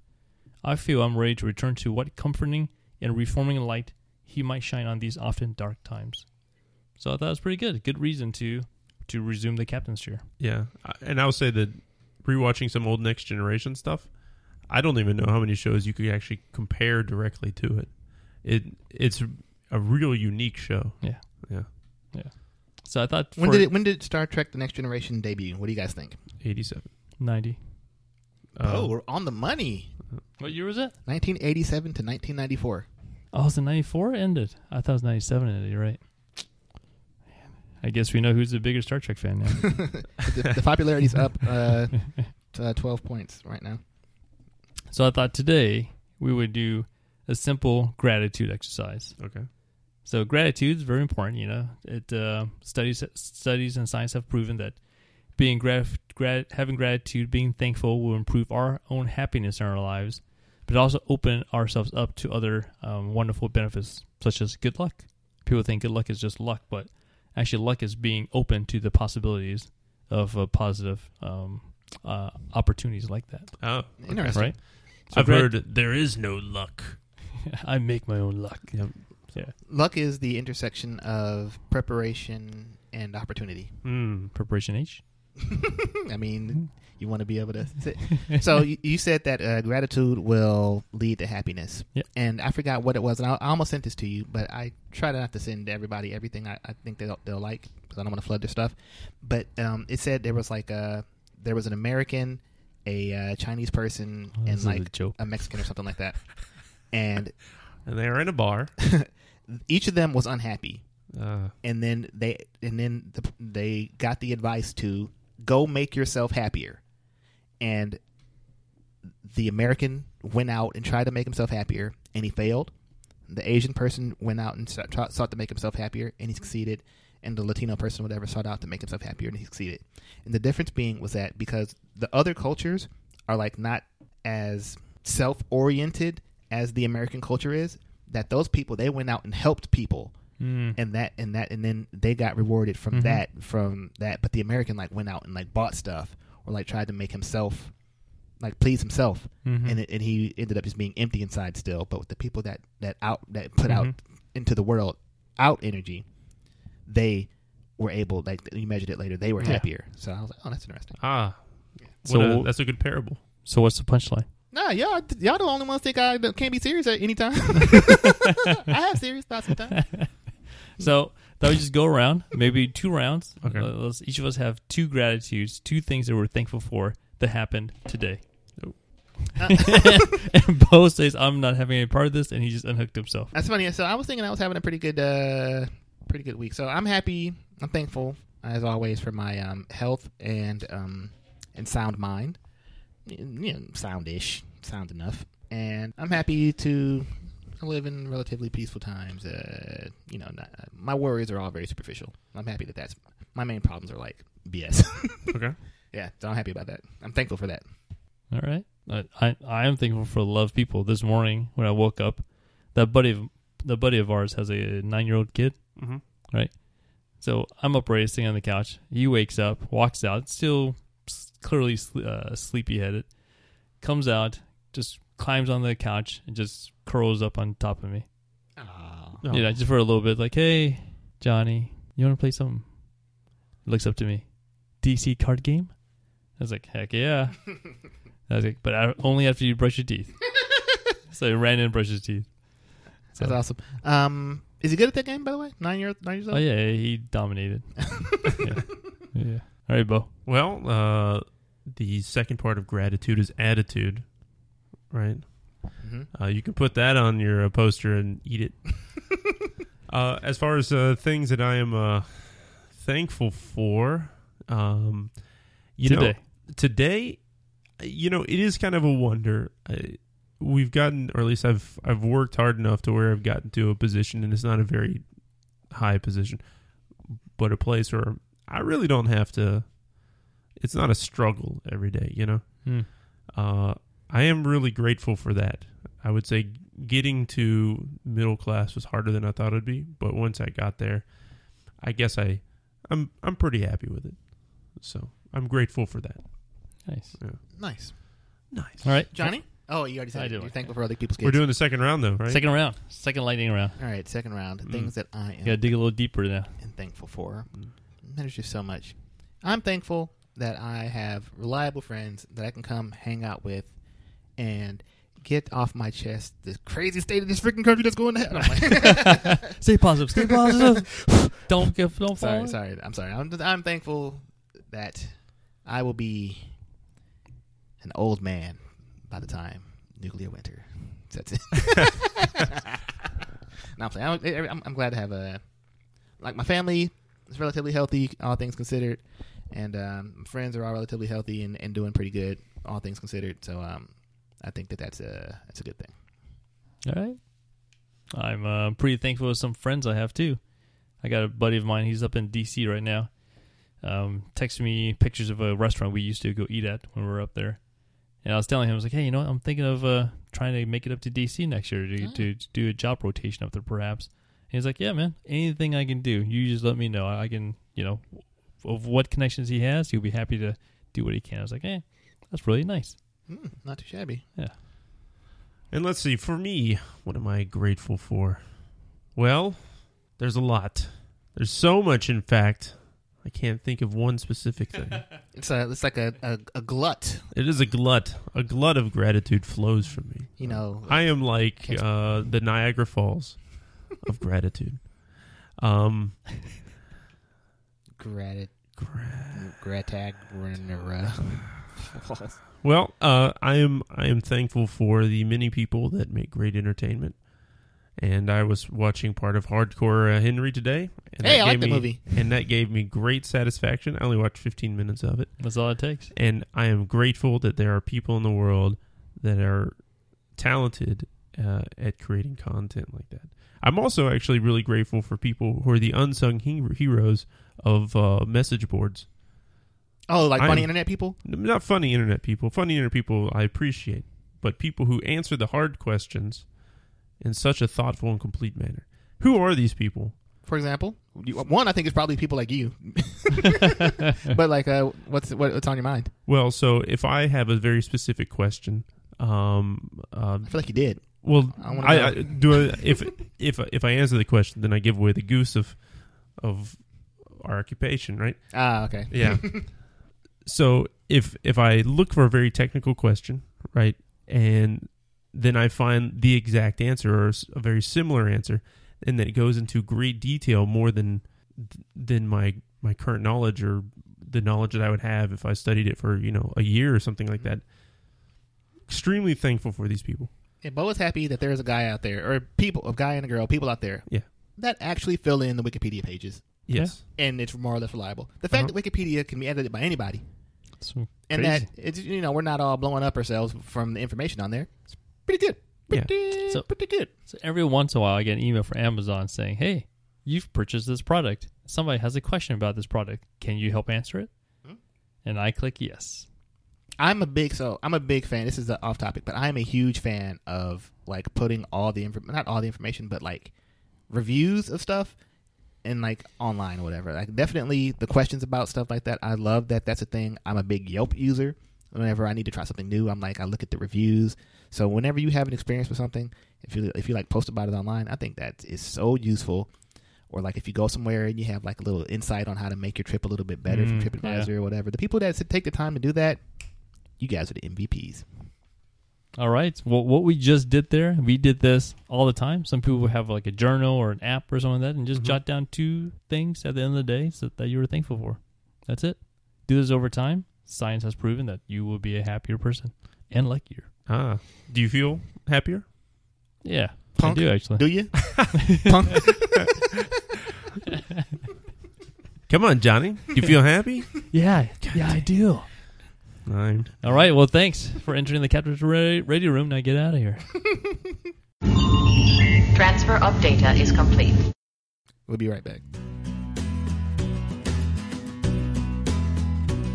Speaker 2: I feel I'm ready to return to what comforting and reforming light he might shine on these often dark times. So I thought it was pretty good. Good reason to to resume the captain's chair.
Speaker 3: Yeah, I- and I'll say that rewatching some old Next Generation stuff, I don't even know how many shows you could actually compare directly to it. It it's a real unique show.
Speaker 2: Yeah.
Speaker 3: yeah,
Speaker 2: So I thought
Speaker 1: When
Speaker 2: for
Speaker 1: did it? When did Star Trek: The Next Generation debut? What do you guys think?
Speaker 3: eighty-seven.
Speaker 2: 90. Uh,
Speaker 1: oh, we're on the money.
Speaker 2: What year was it?
Speaker 1: 1987 to 1994.
Speaker 2: Oh, so 94 ended. I thought it was 97 ended. You're right. I guess we know who's the biggest Star Trek fan now.
Speaker 1: The, the popularity's up uh, to, uh, 12 points right now.
Speaker 2: so I thought today we would do a simple gratitude exercise.
Speaker 3: okay.
Speaker 2: So gratitude is very important. You know, it uh, studies studies and science have proven that being grat- grat- having gratitude, being thankful, will improve our own happiness in our lives, but also open ourselves up to other um, wonderful benefits such as good luck. People think good luck is just luck, but actually, luck is being open to the possibilities of uh, positive um, uh, opportunities like that.
Speaker 3: Oh,
Speaker 1: Interesting.
Speaker 2: Right? So
Speaker 3: I've
Speaker 2: grat-
Speaker 3: heard there is no luck.
Speaker 2: I make my own luck.
Speaker 3: Yep.
Speaker 1: Luck is the intersection of preparation and opportunity.
Speaker 3: Mm.
Speaker 2: Hmm, Preparation H.
Speaker 1: I
Speaker 2: Mm-hmm.
Speaker 1: mean, you want to be able to. Sit. So you, you said that uh, gratitude will lead to happiness.
Speaker 2: Yeah.
Speaker 1: And I forgot what it was, and I, I almost sent this to you, but I try not to send everybody everything I, I think they'll, they'll like because I don't want to flood their stuff. But um, it said there was like a there was an American, a uh, Chinese person,
Speaker 2: Oh, this
Speaker 1: and
Speaker 2: is a
Speaker 1: like
Speaker 2: joke.
Speaker 1: a Mexican or something like that, and
Speaker 3: And they are in a bar.
Speaker 1: each of them was unhappy.
Speaker 3: Uh,
Speaker 1: and then they and then the, they got the advice to go make yourself happier and the american went out and tried to make himself happier and he failed the asian person went out and sought, tried- sought to make himself happier and he succeeded and the latino person whatever sought out to make himself happier and he succeeded and the difference being was that because the other cultures are like not as self-oriented as the american culture is that those people they went out and helped people
Speaker 2: Mm,
Speaker 1: and that and that and then they got rewarded from that from that but the american like went out and like bought stuff or like tried to make himself like please himself
Speaker 2: mm-hmm.
Speaker 1: and it, and he ended up just being empty inside still but the people that that out that put out into the world out energy they were able like you measured it later they were
Speaker 2: Yeah.
Speaker 1: happier so i was like oh that's interesting
Speaker 3: ah, what
Speaker 2: So-
Speaker 3: a, that's a good parable.
Speaker 2: So what's the punchline?
Speaker 1: nah y'all y'all the only ones think i can't be serious at any time i have serious thoughts sometimes
Speaker 2: So that we just go around, maybe two rounds.
Speaker 3: Okay.
Speaker 2: Uh, let's, each of us have two gratitudes, two things that we're thankful for that happened today.
Speaker 3: Oh.
Speaker 2: and Bo says, "I'm not having any part of this," and he just unhooked himself.
Speaker 1: That's funny. So I was thinking I was having a pretty good, uh, pretty good week. So I'm happy. I'm thankful as always for my um, health and um, and sound mind. You know, soundish, sound enough. And I'm happy to live in relatively peaceful times. Uh, you know, not, my worries are all very superficial. I'm happy that that's my main problems are like BS.
Speaker 3: Okay.
Speaker 1: yeah, so I'm happy about that. I'm thankful for that.
Speaker 2: All right, I, I I am thankful for the love of people. This morning when I woke up, that buddy of the buddy of ours has a nine year old kid.
Speaker 3: Mhm.
Speaker 2: Right, so I'm up ready, sitting on the couch. He wakes up, walks out, still s- clearly sl- uh, sleepy headed. Comes out, just climbs on the couch and just curls up on top of me.
Speaker 3: Oh.
Speaker 2: You know, just for a little bit, like, hey, Johnny, you want to play something? Looks up to me. DC card game? I was like, heck yeah. I was like, but I, only after you brush your teeth. so he ran in and brushed his teeth.
Speaker 1: That's awesome. Um, is he good at that game, by the way? Nine years, nine years old.
Speaker 2: Oh, yeah, yeah, he dominated. Oh, yeah. yeah. All right, Bo.
Speaker 3: Well, uh, the second part of gratitude is attitude, right?
Speaker 1: hmm
Speaker 3: Uh, you can put that on your uh, poster and eat it. uh, as far as uh, things that I am uh, thankful for, um, you know,
Speaker 2: Today.
Speaker 3: today, you know, it is kind of a wonder. I, we've gotten, or at least I've, I've worked hard enough to where I've gotten to a position, and it's not a very high position, but a place where I really don't have to. It's not a struggle every day, you know
Speaker 2: Mm.
Speaker 3: uh, I am really grateful for that. I would say getting to middle class was harder than I thought it'd be, but once I got there, I guess I, I'm I'm pretty happy with it. So I'm grateful for that.
Speaker 2: Nice.
Speaker 1: Nice,
Speaker 3: Nice.
Speaker 2: All right.
Speaker 1: Johnny. Oh, you already said
Speaker 2: I
Speaker 1: it.
Speaker 2: do
Speaker 1: You're
Speaker 2: like
Speaker 1: thankful for other people's kids.
Speaker 3: We're doing the second round though, right?
Speaker 2: Second round. Second lightning round. Mm.
Speaker 1: All right, second round. Things that I am
Speaker 2: You got to dig a little deeper now.
Speaker 1: and thankful for. matters just so much. I'm thankful that I have reliable friends that I can come hang out with and get off my chest the crazy state of this freaking country that's going to hell. I'm like-
Speaker 2: Stay positive. Stay positive. don't give. Don't fall.
Speaker 1: sorry, sorry. I'm sorry. I'm, I'm thankful that I will be an old man by the time nuclear winter sets in. no, I'm saying I don't- I'm, I'm glad to have a like my family is relatively healthy, all things considered, and um, my friends are all relatively healthy and, and doing pretty good, all things considered. So um, I think that that's a that's a good thing.
Speaker 2: All right. I'm uh, pretty thankful for some friends I have too. I got a buddy of mine. He's up in D.C. right now. Um, texted me pictures of a restaurant we used to go eat at when we were up there. And I was telling him, I was like, hey, you know what? I'm thinking of uh, trying to make it up to D.C. next year to, to, to do a job rotation up there, perhaps. And he's like, yeah, man, anything I can do, you just let me know. I can, you know, of what connections he has, he'll be happy to do what he can. I was like, eh, that's really nice.
Speaker 1: Hmm, not too shabby.
Speaker 3: And let's see, for me, what am I grateful for? Well, there's a lot. There's so much, in fact, I can't think of one specific thing.
Speaker 1: It's a, it's like a, a, a glut,
Speaker 3: it is a glut. A glut of gratitude flows from me.
Speaker 1: you know.
Speaker 3: I am like uh, the Niagara Falls of gratitude. Um,
Speaker 1: Gratitude. Gratagra.
Speaker 3: Well, uh, I am I am thankful for the many people that make great entertainment, and I was watching part of Hardcore uh, Henry today. And
Speaker 1: Hey, I
Speaker 3: that
Speaker 1: like
Speaker 3: gave
Speaker 1: that
Speaker 3: me-
Speaker 1: movie.
Speaker 3: and that gave me great satisfaction. I only watched 15 minutes of it,
Speaker 2: That's all it takes.
Speaker 3: and I am grateful that there are people in the world that are talented uh, at creating content like that. I'm also actually really grateful for people who are the unsung he- heroes of uh, message boards.
Speaker 1: Oh, like funny
Speaker 3: I'm-
Speaker 1: internet people?
Speaker 3: not funny internet people. Funny internet people I appreciate, but people who answer the hard questions in such a thoughtful and complete manner. Who are these people?
Speaker 1: For example, You- one I think is probably people like you. but like, uh, what's what, what's on your mind?
Speaker 3: Well, so if I have a very specific question, um, uh,
Speaker 1: I feel like you did.
Speaker 3: well,
Speaker 1: I
Speaker 3: I,
Speaker 1: wanna
Speaker 3: I,
Speaker 1: know.
Speaker 3: do. I, if if if I answer the question, then I give away the goose of of our occupation, right?
Speaker 1: Ah, okay.
Speaker 3: Yeah. so if if I look for a very technical question, right, and then I find the exact answer or s- a very similar answer, and that goes into great detail more than than my my current knowledge or the knowledge that I would have if I studied it for you know a year or something like that. Extremely thankful for these people.
Speaker 1: Yeah, Bo is happy that there is a guy out there, or people, a guy and a girl, people out there,
Speaker 3: Yeah.
Speaker 1: that actually fill in the Wikipedia pages,
Speaker 3: Yes.
Speaker 1: and it's more or less reliable. The
Speaker 3: Uh-huh.
Speaker 1: fact that Wikipedia can be edited by anybody,
Speaker 2: So
Speaker 1: and
Speaker 2: crazy.
Speaker 1: that it's you know we're not all blowing up ourselves from the information on there, it's pretty good.
Speaker 3: Yeah.
Speaker 1: Pretty,
Speaker 2: So-
Speaker 1: pretty good.
Speaker 2: So every once in a while, I get an email from Amazon saying, "Hey, you've purchased this product. Somebody has a question about this product. Can you help answer it?" And I click yes.
Speaker 1: I'm a big so I'm a big fan. This is the off topic, but I am a huge fan of like putting all the inf- not all the information, but like reviews of stuff and like online or whatever. Like definitely the questions about stuff like that. I love that. That's a thing. I'm a big Yelp user. Whenever I need to try something new, I'm like I look at the reviews. So whenever you have an experience with something, if you if you like post about it online, I think that is so useful. Or like if you go somewhere and you have like a little insight on how to make your trip a little bit better from
Speaker 3: Mm,
Speaker 1: TripAdvisor or whatever, the people that take the time to do that, you guys are the MVPs.
Speaker 2: All right. Well, what we just did there, we did this all the time. Some people have like a journal or an app or something like that, and just jot down two things at the end of the day so that you were thankful for. That's it. Do this over time. Science has proven that you will be a happier person and luckier.
Speaker 3: Ah, do you feel happier?
Speaker 2: Yeah,
Speaker 1: Punk.
Speaker 2: I do actually.
Speaker 1: Do you? Punk.
Speaker 3: Come on, Johnny. Do you feel happy?
Speaker 2: yeah, yeah, I do.
Speaker 3: Nine.
Speaker 2: All right. Well, thanks for entering the Captain's ra- Radio Room. Now get out of here.
Speaker 5: Transfer of data is complete.
Speaker 1: We'll be right back.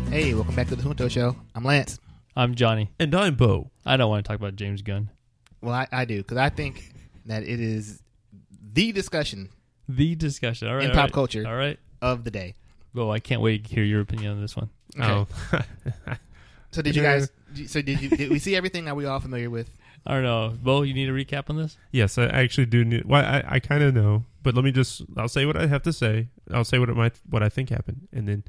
Speaker 1: Hey, welcome back to the Junto Show. I'm Lance.
Speaker 2: I'm Johnny.
Speaker 3: And I'm Bo.
Speaker 2: I don't want to talk about James Gunn.
Speaker 1: Well, I, I do because I think that it is the discussion
Speaker 2: The discussion. All right.
Speaker 1: In
Speaker 2: all right.
Speaker 1: pop culture.
Speaker 2: All right.
Speaker 1: of the day.
Speaker 2: Well, I can't wait to hear your opinion on this one.
Speaker 1: Okay.
Speaker 3: Oh.
Speaker 1: So did you guys? So did you? Did we see everything that we all familiar with?
Speaker 2: I don't know. Bo, you need a recap on this?
Speaker 3: Yes, I actually do. Need, well, I, I kind of know, but let me just. I'll say what I have to say. I'll say what it might, what I think happened, and then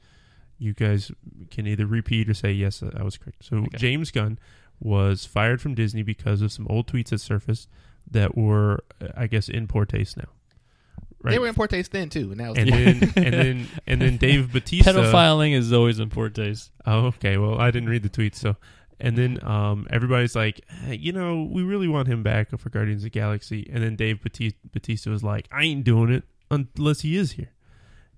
Speaker 3: you guys can either repeat or say yes, I was correct. So
Speaker 2: Okay.
Speaker 3: James Gunn was fired from Disney because of some old tweets that surfaced that were, I guess, in poor taste now.
Speaker 1: They were in poor taste then too, and now it's
Speaker 3: and
Speaker 2: Yeah.
Speaker 3: then and then and then Dave Batista.
Speaker 2: Pedophiling is always in poor taste.
Speaker 3: Oh, okay. Well, I didn't read the tweet, so. And then um, everybody's like, "Hey, you know, we really want him back for Guardians of the Galaxy. And then Dave Batista, Batista was like, I ain't doing it unless he is here.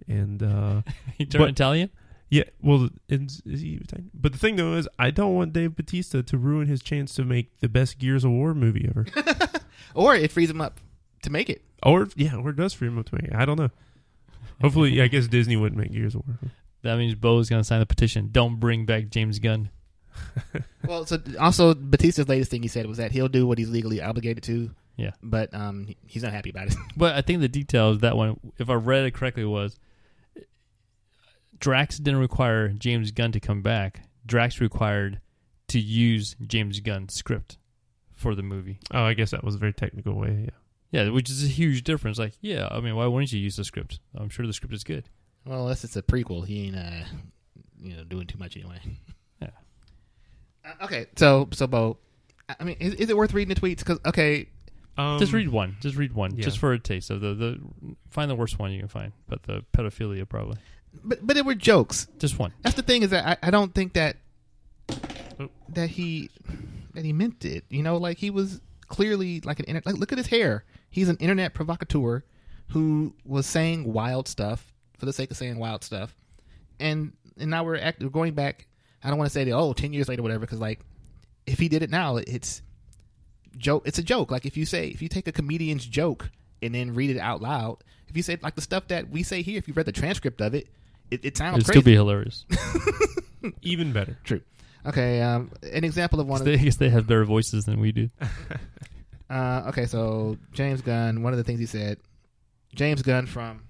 Speaker 3: And uh,
Speaker 2: He turned
Speaker 3: But-
Speaker 2: Italian?
Speaker 3: yeah, well, is, is he Italian? But the thing though is, I don't want Dave Batista to ruin his chance to make the best Gears of War movie ever.
Speaker 1: or it frees them up to make it.
Speaker 3: or yeah, or it does free him up to make. it. I don't know. Hopefully, I guess Disney wouldn't make Gears of War.
Speaker 2: That means Bo's going to sign the petition. Don't bring back James Gunn.
Speaker 1: Well, so also Batista's latest thing he said was that he'll do what he's legally obligated to.
Speaker 2: Yeah.
Speaker 1: but um, he- he's not happy about it.
Speaker 2: But I think the details that one, if I read it correctly, was Drax didn't require James Gunn to come back. Drax required to use James Gunn's script for the movie.
Speaker 3: Oh, I guess that was a very technical way. Yeah.
Speaker 2: Yeah, which is a huge difference. Like, yeah, I mean, why wouldn't you use the script? I'm sure the script is good.
Speaker 1: well, unless it's a prequel, he ain't uh, you know, doing too much anyway.
Speaker 2: Yeah.
Speaker 1: Uh, okay, so so Bo, I I mean, is, is it worth reading the tweets? Because okay,
Speaker 3: Um,
Speaker 2: just read one. Just read one.
Speaker 3: yeah.
Speaker 2: Just for a taste of the, the find the worst one you can find, but the pedophilia probably.
Speaker 1: but but it were jokes.
Speaker 2: Just one.
Speaker 1: That's the thing is that I, I don't think that
Speaker 3: Oh.
Speaker 1: that he that he meant it. You know, like he was clearly like an inter- like look at his hair. He's an internet provocateur who was saying wild stuff for the sake of saying wild stuff, and and now we're act- we're going back. I don't want to say that oh 10 years later whatever because like if he did it now it's joke it's a joke like if you say if you take a comedian's joke and then read it out loud if you say like the stuff that we say here if you read the transcript of it it, it sounds
Speaker 2: It'd
Speaker 1: crazy
Speaker 2: still be hilarious.
Speaker 3: even better.
Speaker 1: True. Okay. Um, an example of one. Of,
Speaker 2: they, I guess they have better voices than we do.
Speaker 1: uh, okay, so James Gunn. One of the things he said. James Gunn from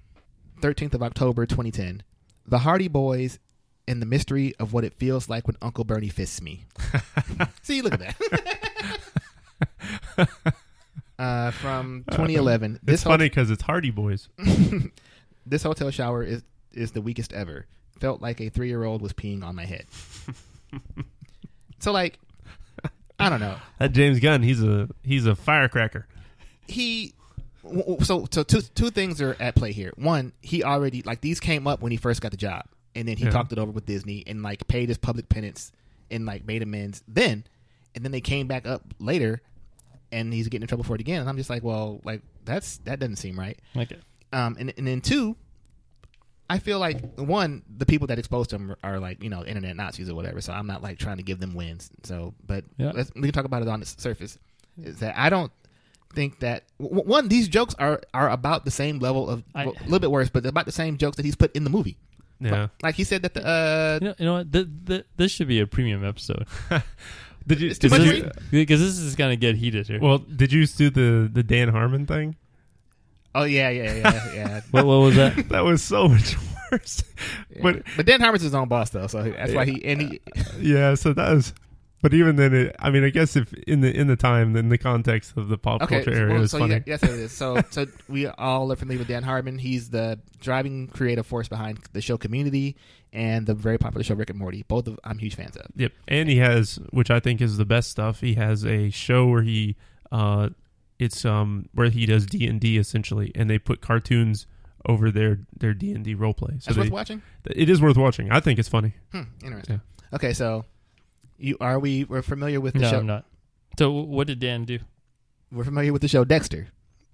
Speaker 1: 13th of October 2010. The Hardy Boys and the mystery of what it feels like when Uncle Bernie fists me. See, look at that. uh, from 2011.
Speaker 3: Um, It's
Speaker 1: This whole
Speaker 3: funny because it's Hardy Boys.
Speaker 1: this hotel shower is is the weakest ever. Felt like a three year old was peeing on my head. so like, I don't know.
Speaker 3: That James Gunn, he's a he's a firecracker.
Speaker 1: he w- w- so so two two things are at play here. One, he already like these came up when he first got the job, and then he
Speaker 3: Yeah.
Speaker 1: talked it over with Disney and like paid his public penance and like made amends then, and then they came back up later, and he's getting in trouble for it again. And I'm just like, well, like that's that doesn't seem right.
Speaker 2: Okay.
Speaker 1: Um, and and then two, I feel like one the people that exposed him are, like you know internet Nazis or whatever. So I'm not like trying to give them wins. So, but
Speaker 2: Yeah.
Speaker 1: let's, we can talk about it on the s- surface. Is that I don't think that w- w- one these jokes are are about the same level of
Speaker 2: I-
Speaker 1: well, a little bit worse, but they're about the same jokes that he's put in the movie.
Speaker 3: Yeah.
Speaker 1: Like he said that the uh,
Speaker 2: You know, you know what? Th th this should be a premium episode
Speaker 3: Did you,
Speaker 1: It's too
Speaker 3: did
Speaker 1: much
Speaker 3: you-
Speaker 1: reading.
Speaker 2: because this is going to get heated here.
Speaker 3: well, did you do the the Dan Harmon thing?
Speaker 1: oh yeah yeah yeah yeah.
Speaker 2: what, what was that?
Speaker 3: That was so much worse. But
Speaker 1: but Dan Harmon's his own boss though, so that's why he and he
Speaker 3: yeah, so that was. But even then, it, I mean, I guess if in the in the time, then the context of the pop
Speaker 1: Okay,
Speaker 3: culture area
Speaker 1: well,
Speaker 3: is
Speaker 1: so
Speaker 3: funny.
Speaker 1: yeah, that's what it is. So, so we all are familiar with Dan Harmon. He's the driving creative force behind the show Community and the very popular show Rick and Morty. Both of I'm huge fans of.
Speaker 3: Yep, and he has, which I think is the best stuff. He has a show where he, uh, it's um where he does D and D essentially, and they put cartoons over their their D and D role play. So
Speaker 1: That's worth
Speaker 3: they,
Speaker 1: watching.
Speaker 3: it is worth watching. I think it's funny.
Speaker 1: Hmm, interesting. Okay, so you are we we're familiar with the
Speaker 2: No,
Speaker 1: show.
Speaker 2: I'm not. So wh- what did Dan do?
Speaker 1: We're familiar with the show Dexter.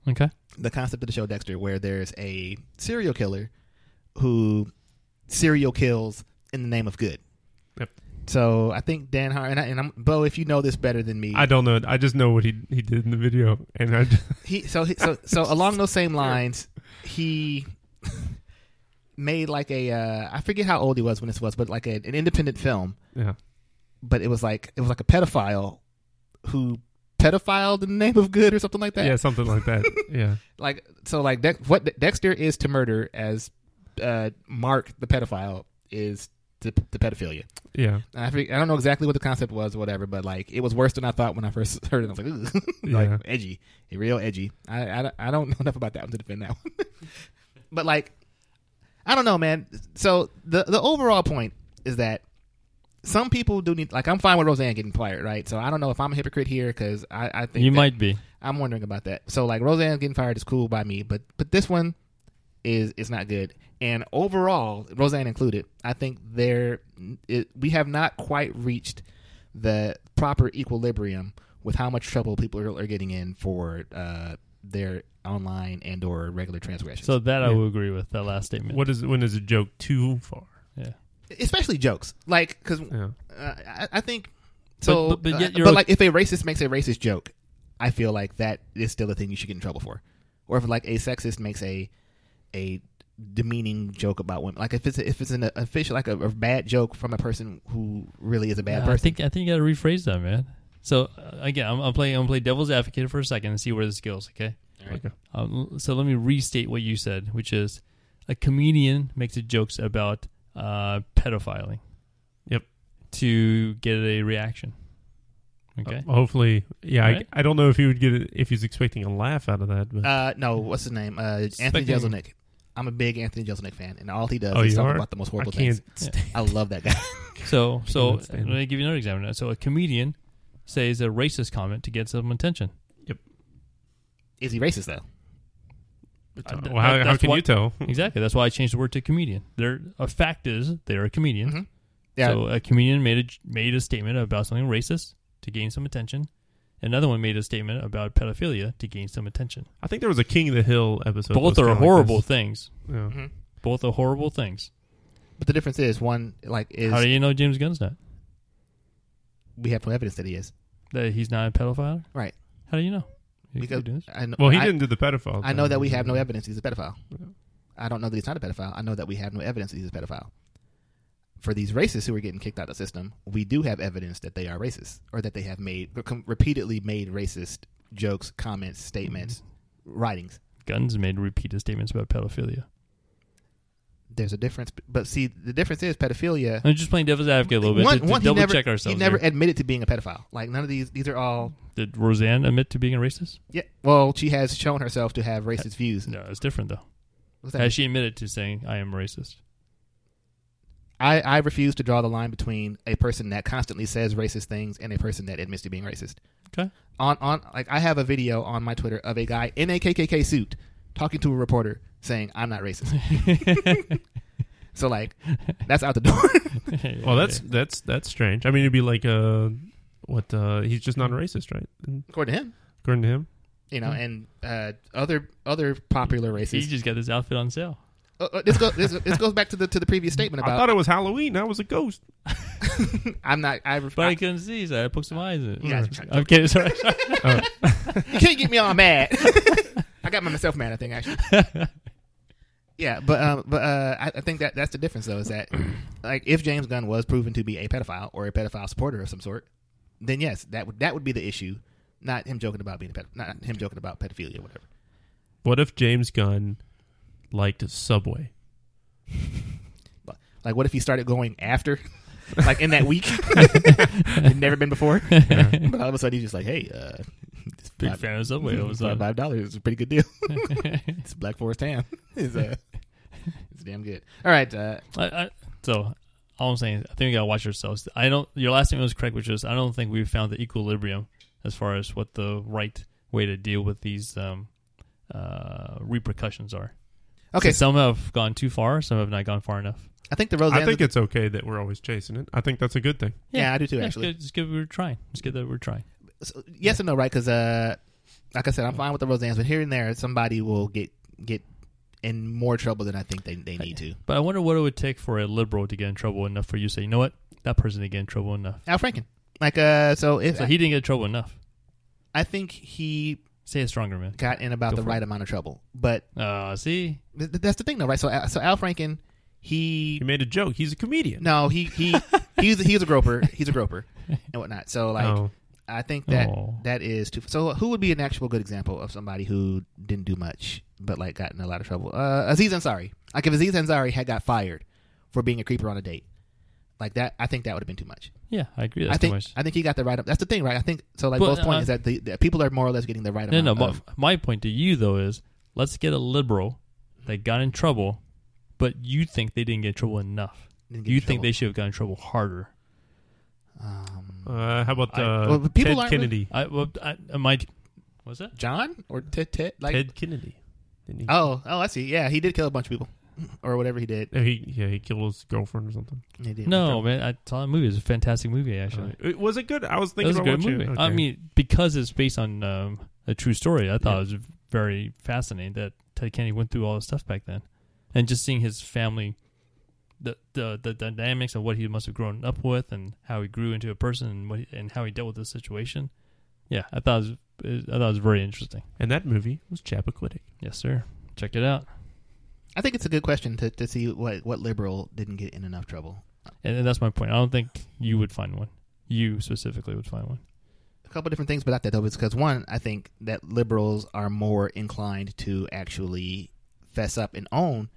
Speaker 2: Okay.
Speaker 1: the concept of the show Dexter, where there's a serial killer who serial kills in the name of good.
Speaker 3: Yep.
Speaker 1: So I think Dan Harmon and, I, and I'm, Bo, if you know this better than me,
Speaker 3: I don't know. I just know what he he did in the video, and I just,
Speaker 1: he so he, so so along those same lines, he made like a uh, I forget how old he was when this was, but like a, an independent film.
Speaker 3: yeah.
Speaker 1: But it was like it was like a pedophile who pedophiled in the name of good or something like that.
Speaker 3: Yeah, something like that. yeah.
Speaker 1: Like so, like Dex what Dexter is to murder as uh, Mark the pedophile is to, to pedophilia.
Speaker 3: Yeah.
Speaker 1: And I think I don't know exactly what the concept was, or whatever, but like it was worse than I thought when I first heard it. I was like, Ooh. like
Speaker 3: Yeah.
Speaker 1: edgy, real edgy. I, I I don't know enough about that one to defend that one, but like I don't know, man. So the the overall point is that some people do need like I'm fine with Roseanne getting fired, right? So I don't know if I'm a hypocrite here because I I think
Speaker 2: You
Speaker 1: that-
Speaker 2: might be.
Speaker 1: I'm wondering about that. So like Roseanne getting fired is cool by me, but but this one is is not good. And overall, Roseanne included, I think there it, we have not quite reached the proper equilibrium with how much trouble people are, are getting in for uh, their online and or regular transgressions.
Speaker 2: So that I
Speaker 3: Yeah.
Speaker 2: will agree with that last statement.
Speaker 3: What is when is a joke too far?
Speaker 2: Yeah.
Speaker 1: especially jokes, like because
Speaker 3: Yeah.
Speaker 1: uh, I, I think so.
Speaker 2: but- but yet
Speaker 1: uh,
Speaker 2: you're
Speaker 1: but
Speaker 2: o-
Speaker 1: like if a racist makes a racist joke, I feel like that is still a thing you should get in trouble for. Or if like a sexist makes a a demeaning joke about women, like if it's if it's an official like a, a bad joke from a person who really is a bad
Speaker 2: Yeah,
Speaker 1: person.
Speaker 2: Uh, I think I think you got to rephrase that, man. So uh, again, I'm, I'm playing I'm playing devil's advocate for a second and see where this goes. Okay.
Speaker 3: Okay.
Speaker 2: Um, so let me restate what you said, which is a comedian makes a jokes about uh, pedophiling
Speaker 3: Yep.
Speaker 2: to get a reaction. Okay.
Speaker 3: Uh, hopefully, yeah.
Speaker 2: Right.
Speaker 3: I, I don't know if he would get it, if he's expecting a laugh out of that, but
Speaker 1: uh, no, what's his name? Uh, Anthony
Speaker 2: Spectacular.
Speaker 1: Jeselnik. I'm a big Anthony Jeselnik fan, and all he does
Speaker 3: Oh,
Speaker 1: is
Speaker 3: you
Speaker 1: talk
Speaker 3: are?
Speaker 1: about the most
Speaker 3: I
Speaker 1: horrible
Speaker 3: can't.
Speaker 1: things.
Speaker 2: Yeah.
Speaker 1: I love that guy.
Speaker 2: So so
Speaker 3: that's
Speaker 2: let
Speaker 3: standard.
Speaker 2: me give you another example. now. So a comedian says a racist comment to get some attention.
Speaker 1: is he racist though?
Speaker 3: Uh,
Speaker 2: Uh,
Speaker 3: well, how,
Speaker 2: that-
Speaker 3: how
Speaker 2: that's
Speaker 3: can
Speaker 2: why-
Speaker 3: you tell?
Speaker 2: Exactly. That's why I changed the word to comedian. They're a fact is they're a comedian.
Speaker 3: Mm-hmm.
Speaker 1: Mhm. Yeah,
Speaker 2: So a comedian made a made a statement about something racist to gain some attention. Another one made a statement about pedophilia to gain some attention.
Speaker 3: I think there was a King of the Hill episode.
Speaker 2: Both
Speaker 3: that was
Speaker 2: are
Speaker 3: kinda
Speaker 2: horrible
Speaker 3: Like
Speaker 2: things.
Speaker 3: this. yeah.
Speaker 2: Both are horrible things.
Speaker 1: but the difference is one like is
Speaker 2: How do you know James Gunn's not?
Speaker 1: we have no evidence that he is
Speaker 2: That he's not a pedophile?
Speaker 1: right
Speaker 2: How do you know? You,
Speaker 1: because
Speaker 2: you do this?
Speaker 1: I know,
Speaker 3: Well, he
Speaker 1: I-
Speaker 3: didn't do the pedophile.
Speaker 1: I know
Speaker 3: thing.
Speaker 1: that we have no evidence he's a pedophile. I don't know that he's not a pedophile. I know that we have no evidence that he's a pedophile. For these racists who are getting kicked out of the system, we do have evidence that they are racist or that they have made com- repeatedly made racist jokes, comments, statements,
Speaker 2: Mm-hmm.
Speaker 1: writings.
Speaker 2: Gunn's made repeated statements about pedophilia.
Speaker 1: There's a difference, but see, the difference is pedophilia.
Speaker 2: I'm just playing devil's advocate a little bit
Speaker 1: One,
Speaker 2: to, to
Speaker 1: one, he
Speaker 2: double
Speaker 1: never,
Speaker 2: check ourselves.
Speaker 1: he never
Speaker 2: here.
Speaker 1: admitted to being a pedophile. Like none of these. These are all.
Speaker 2: Did Roseanne admit to being a racist?
Speaker 1: Yeah. Well, she has shown herself to have racist views.
Speaker 2: No, it's different though.
Speaker 1: What's that?
Speaker 2: Has she admitted to saying I am racist?
Speaker 1: I, I refuse to draw the line between a person that constantly says racist things and a person that admits to being racist.
Speaker 2: Okay.
Speaker 1: On on like I have a video on my Twitter of a guy in a KKK suit talking to a reporter saying I'm not racist. so like that's out the door.
Speaker 3: Well, that's that's that's strange. I mean, it'd be like uh, what? Uh, he's just not a racist, right?
Speaker 1: According to him,
Speaker 3: According to him.
Speaker 1: you know, and uh, other other popular
Speaker 2: he
Speaker 1: racists.
Speaker 2: just got this outfit on sale.
Speaker 1: Uh, uh, this, go, this, this goes back to the to the previous statement
Speaker 3: I
Speaker 1: about
Speaker 3: thought it was Halloween. I was a ghost.
Speaker 1: I'm not I, ref
Speaker 2: But I couldn't see, so I put some eyes in it.
Speaker 1: Yeah.
Speaker 2: I'm kidding. Sorry.
Speaker 1: You can't get me all mad. I got myself mad. I think actually. Yeah, but um, but uh, I, I think that that's the difference though is that like if James Gunn was proven to be a pedophile or a pedophile supporter of some sort, then yes, that would that would be the issue. Not him joking about being a pedophile, not him joking about pedophilia, or whatever.
Speaker 3: What if James Gunn liked Subway?
Speaker 1: But like, what if he started going after, like in that week, It'd never been before? But all of a sudden he's just like, hey, uh, this
Speaker 2: Big
Speaker 1: five-
Speaker 2: fan of Subway. all of a
Speaker 1: five-
Speaker 2: sudden.
Speaker 1: five dollars is a pretty good deal. it's Black Forest ham. It's uh, it's damn good. All right, uh,
Speaker 2: I, I, so all I'm saying is, I think we gotta watch ourselves. I don't. Your last statement was correct, which is I don't think we've found the equilibrium as far as what the right way to deal with these um, uh, repercussions are.
Speaker 1: okay.
Speaker 2: So some have gone too far. Some have not gone far enough.
Speaker 1: I think the Roseanne.
Speaker 3: I think it's okay that we're always chasing it. I think that's a good thing.
Speaker 1: Yeah, I do too,
Speaker 2: it's
Speaker 1: actually.
Speaker 2: good- it's good we're trying. It's good that we're trying.
Speaker 1: so, yes and no, right? Because uh, like I said, I'm fine with the Roseanne's, but here and there, somebody will get get in more trouble than I think they, they need to.
Speaker 2: But I wonder what it would take for a liberal to get in trouble enough for you to say, you know what, that person didn't get in trouble enough.
Speaker 1: Al Franken, like uh, so if
Speaker 2: So he didn't get in trouble enough.
Speaker 1: I think he
Speaker 2: Say it stronger, man.
Speaker 1: got in about
Speaker 2: Go
Speaker 1: the
Speaker 2: for
Speaker 1: right
Speaker 2: it.
Speaker 1: amount of trouble, but
Speaker 2: Uh, see,
Speaker 1: th- th- that's the thing, though, right? So Al- so Al Franken,
Speaker 3: He
Speaker 1: he
Speaker 3: made a joke. He's a comedian.
Speaker 1: no, he he he's he's a groper, he's a groper, and whatnot. So like.
Speaker 3: Oh.
Speaker 1: I think that
Speaker 2: Oh.
Speaker 1: that is too. So, who would be an actual good example of somebody who didn't do much but like got in a lot of trouble? Uh, Aziz Ansari. Like if Aziz Ansari had got fired for being a creeper on a date, Like that, I think that would have been too much.
Speaker 2: Yeah, I agree.
Speaker 1: I
Speaker 2: That's
Speaker 1: think
Speaker 2: too much.
Speaker 1: I think he got the right. That's the thing, right? I think so. Like
Speaker 2: But,
Speaker 1: both
Speaker 2: uh,
Speaker 1: points is that the, the people are more or less getting the um, right
Speaker 2: no,
Speaker 1: amount.
Speaker 2: no. My,
Speaker 1: of-
Speaker 2: my point to you though is, let's get a liberal that got in trouble, but you think they didn't get in trouble enough.
Speaker 1: Didn't get
Speaker 2: You
Speaker 1: in
Speaker 2: think
Speaker 1: trouble.
Speaker 2: they should have gotten in trouble harder.
Speaker 1: um,
Speaker 3: Uh, how about
Speaker 2: I-
Speaker 3: uh,
Speaker 1: well, but people
Speaker 3: Ted
Speaker 1: aren't really-
Speaker 3: Kennedy?
Speaker 2: I, well, I, my, was that?
Speaker 1: John or Ted? Ted like
Speaker 3: Ted Kennedy. Didn't he?
Speaker 1: oh oh I see. Yeah, he did kill a bunch of people or whatever he did.
Speaker 3: No, he yeah he killed his girlfriend or something.
Speaker 1: He did.
Speaker 2: No, man. I saw that movie. It was a fantastic movie, actually.
Speaker 3: Uh, It was it good? I was
Speaker 2: It
Speaker 3: thinking
Speaker 2: was a
Speaker 3: about
Speaker 2: great
Speaker 3: watching
Speaker 2: movie.
Speaker 3: it.
Speaker 2: I
Speaker 3: Okay.
Speaker 2: mean, because it's based on um, a true story, I thought
Speaker 3: Yeah.
Speaker 2: it was very fascinating that Ted Kennedy went through all this stuff back then, and just seeing his family, the the the dynamics of what he must have grown up with, and how he grew into a person, and what he, and how he dealt with the situation. Yeah, I thought it was, I thought it was very interesting.
Speaker 3: and that movie was Chappaquiddick.
Speaker 2: Yes, sir. Check it out,
Speaker 1: I think it's a good question to, to see what what liberal didn't get in enough trouble.
Speaker 2: and, and that's my point. I don't think you would find one. You specifically would find one.
Speaker 1: A couple different things about that though, is because one, I think that liberals are more inclined to actually fess up and own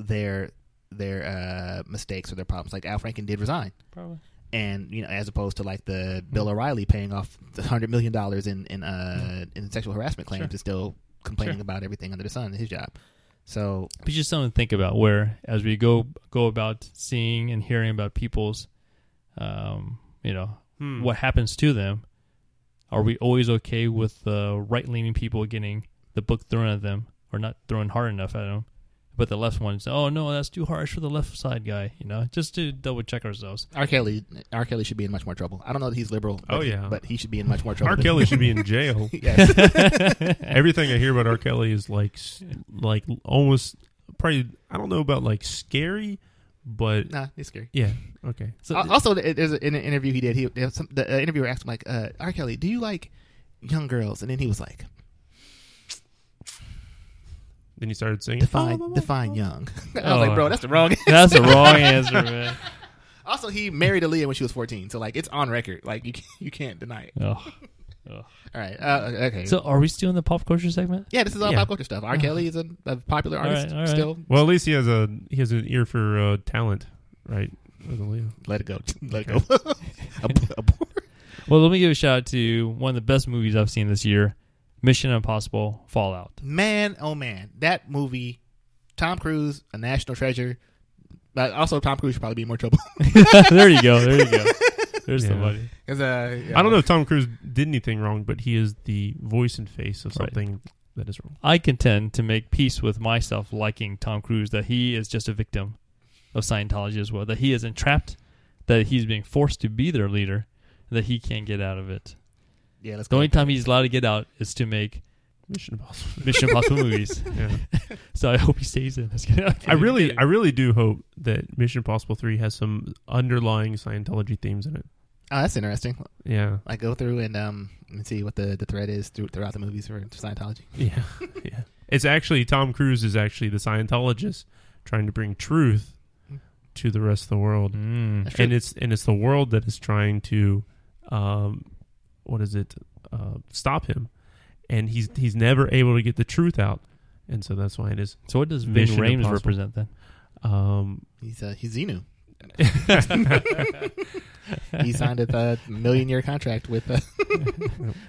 Speaker 1: their their uh, mistakes or their problems. Like Al Franken did resign.
Speaker 2: Probably.
Speaker 1: and you know, as opposed to like the
Speaker 3: Hmm.
Speaker 1: Bill O'Reilly paying off the hundred million dollars in in uh
Speaker 3: Hmm.
Speaker 1: in sexual harassment claims
Speaker 2: Sure.
Speaker 1: and still complaining
Speaker 2: Sure.
Speaker 1: about everything under the sun in his job. So
Speaker 2: But just something to think about where as we go go about seeing and hearing about people's um, you know
Speaker 3: Hmm.
Speaker 2: what happens to them are we always okay with the right leaning people getting the book thrown at them or not thrown hard enough at them but the left ones oh no that's too harsh for the left side guy you know just to double check ourselves
Speaker 1: R. Kelly R. Kelly should be in much more trouble. I don't know that he's liberal. but
Speaker 3: Oh,
Speaker 1: he-
Speaker 3: yeah.
Speaker 1: but he should be in much more trouble.
Speaker 3: R.
Speaker 1: than-
Speaker 3: Kelly should be in jail.
Speaker 1: yes.
Speaker 3: Everything I hear about R. Kelly is like, s- like almost probably. I don't know about like scary, but
Speaker 1: nah, he's scary.
Speaker 3: yeah. Okay.
Speaker 2: so
Speaker 1: Al- also, th- there's a- in an interview he did. He there was some, the uh, interviewer asked him like, uh, "R. Kelly, do you like young girls?" And then he was like,
Speaker 3: Then he started singing.
Speaker 1: "Define define young." I was
Speaker 2: Oh.
Speaker 1: like, "Bro, that's the wrong."
Speaker 2: that's the wrong answer man
Speaker 1: also, he married Aaliyah when she was 14, so like it's on record. Like you can't- you can't deny it.
Speaker 2: Ugh. Ugh.
Speaker 1: All right. Uh, okay.
Speaker 2: so are we still in the pop culture segment
Speaker 1: Yeah, this is all
Speaker 3: Yeah.
Speaker 1: pop culture stuff. R. Kelly is a, a popular
Speaker 2: All
Speaker 1: artist
Speaker 2: right, all right.
Speaker 1: still.
Speaker 3: Well, at least he has a he has an ear for uh, talent, right? With Aaliyah.
Speaker 1: Let it go. Let it go. Ab- abort.
Speaker 2: Well, let me give a shout out to one of the best movies I've seen this year, Mission Impossible Fallout.
Speaker 1: man, oh man, that movie, Tom Cruise, a national treasure. But also, Tom Cruise should probably be in more trouble.
Speaker 2: there you go. There you go. There's
Speaker 3: Yeah.
Speaker 2: somebody.
Speaker 1: 'Cause, uh, yeah.
Speaker 3: I don't know if Tom Cruise did anything wrong, but he is the voice and face of
Speaker 2: Right.
Speaker 3: something that is wrong.
Speaker 2: I contend to make peace with myself liking Tom Cruise that he is just a victim of Scientology as well, that he is entrapped, that he's being forced to be their leader, that he can't get out of it.
Speaker 1: Yeah, let's
Speaker 2: The
Speaker 1: go.
Speaker 2: only time he's allowed to get out is to make
Speaker 3: Mission Impossible.
Speaker 2: Mission Impossible movies.
Speaker 3: Yeah.
Speaker 2: So I hope he stays in.
Speaker 3: I really, I really do hope that Mission Impossible Three has some underlying Scientology themes in it.
Speaker 1: oh, that's interesting.
Speaker 3: Yeah,
Speaker 1: I go through and um and see what the, the thread is through, throughout the movies for Scientology.
Speaker 3: yeah, yeah. It's actually Tom Cruise is actually the Scientologist trying to bring truth to the rest of the world,
Speaker 2: Mm.
Speaker 1: That's
Speaker 3: and
Speaker 1: true.
Speaker 3: it's and it's the world that is trying to, um, what is it, uh, stop him, and he's he's never able to get the truth out, and so that's why it is.
Speaker 2: So what does Vin
Speaker 3: Mission
Speaker 2: Rames
Speaker 3: Impossible.
Speaker 2: represent then?
Speaker 3: Um,
Speaker 1: He's uh, he's Xenu. he signed a uh, million year contract with. Uh,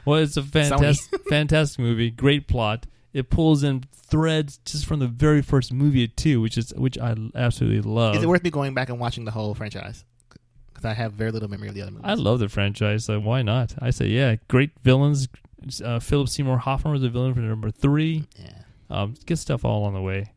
Speaker 2: Well, it's a fantastic, fantastic movie. Great plot. It pulls in threads just from the very first movie too, which is which I absolutely love.
Speaker 1: is it worth me going back and watching the whole franchise? Because I have very little memory of the other movies.
Speaker 2: I love the franchise, so why not? I say, yeah, great villains. Uh, Philip Seymour Hoffman was the villain for number three.
Speaker 1: yeah.
Speaker 2: Um, good stuff all on the way.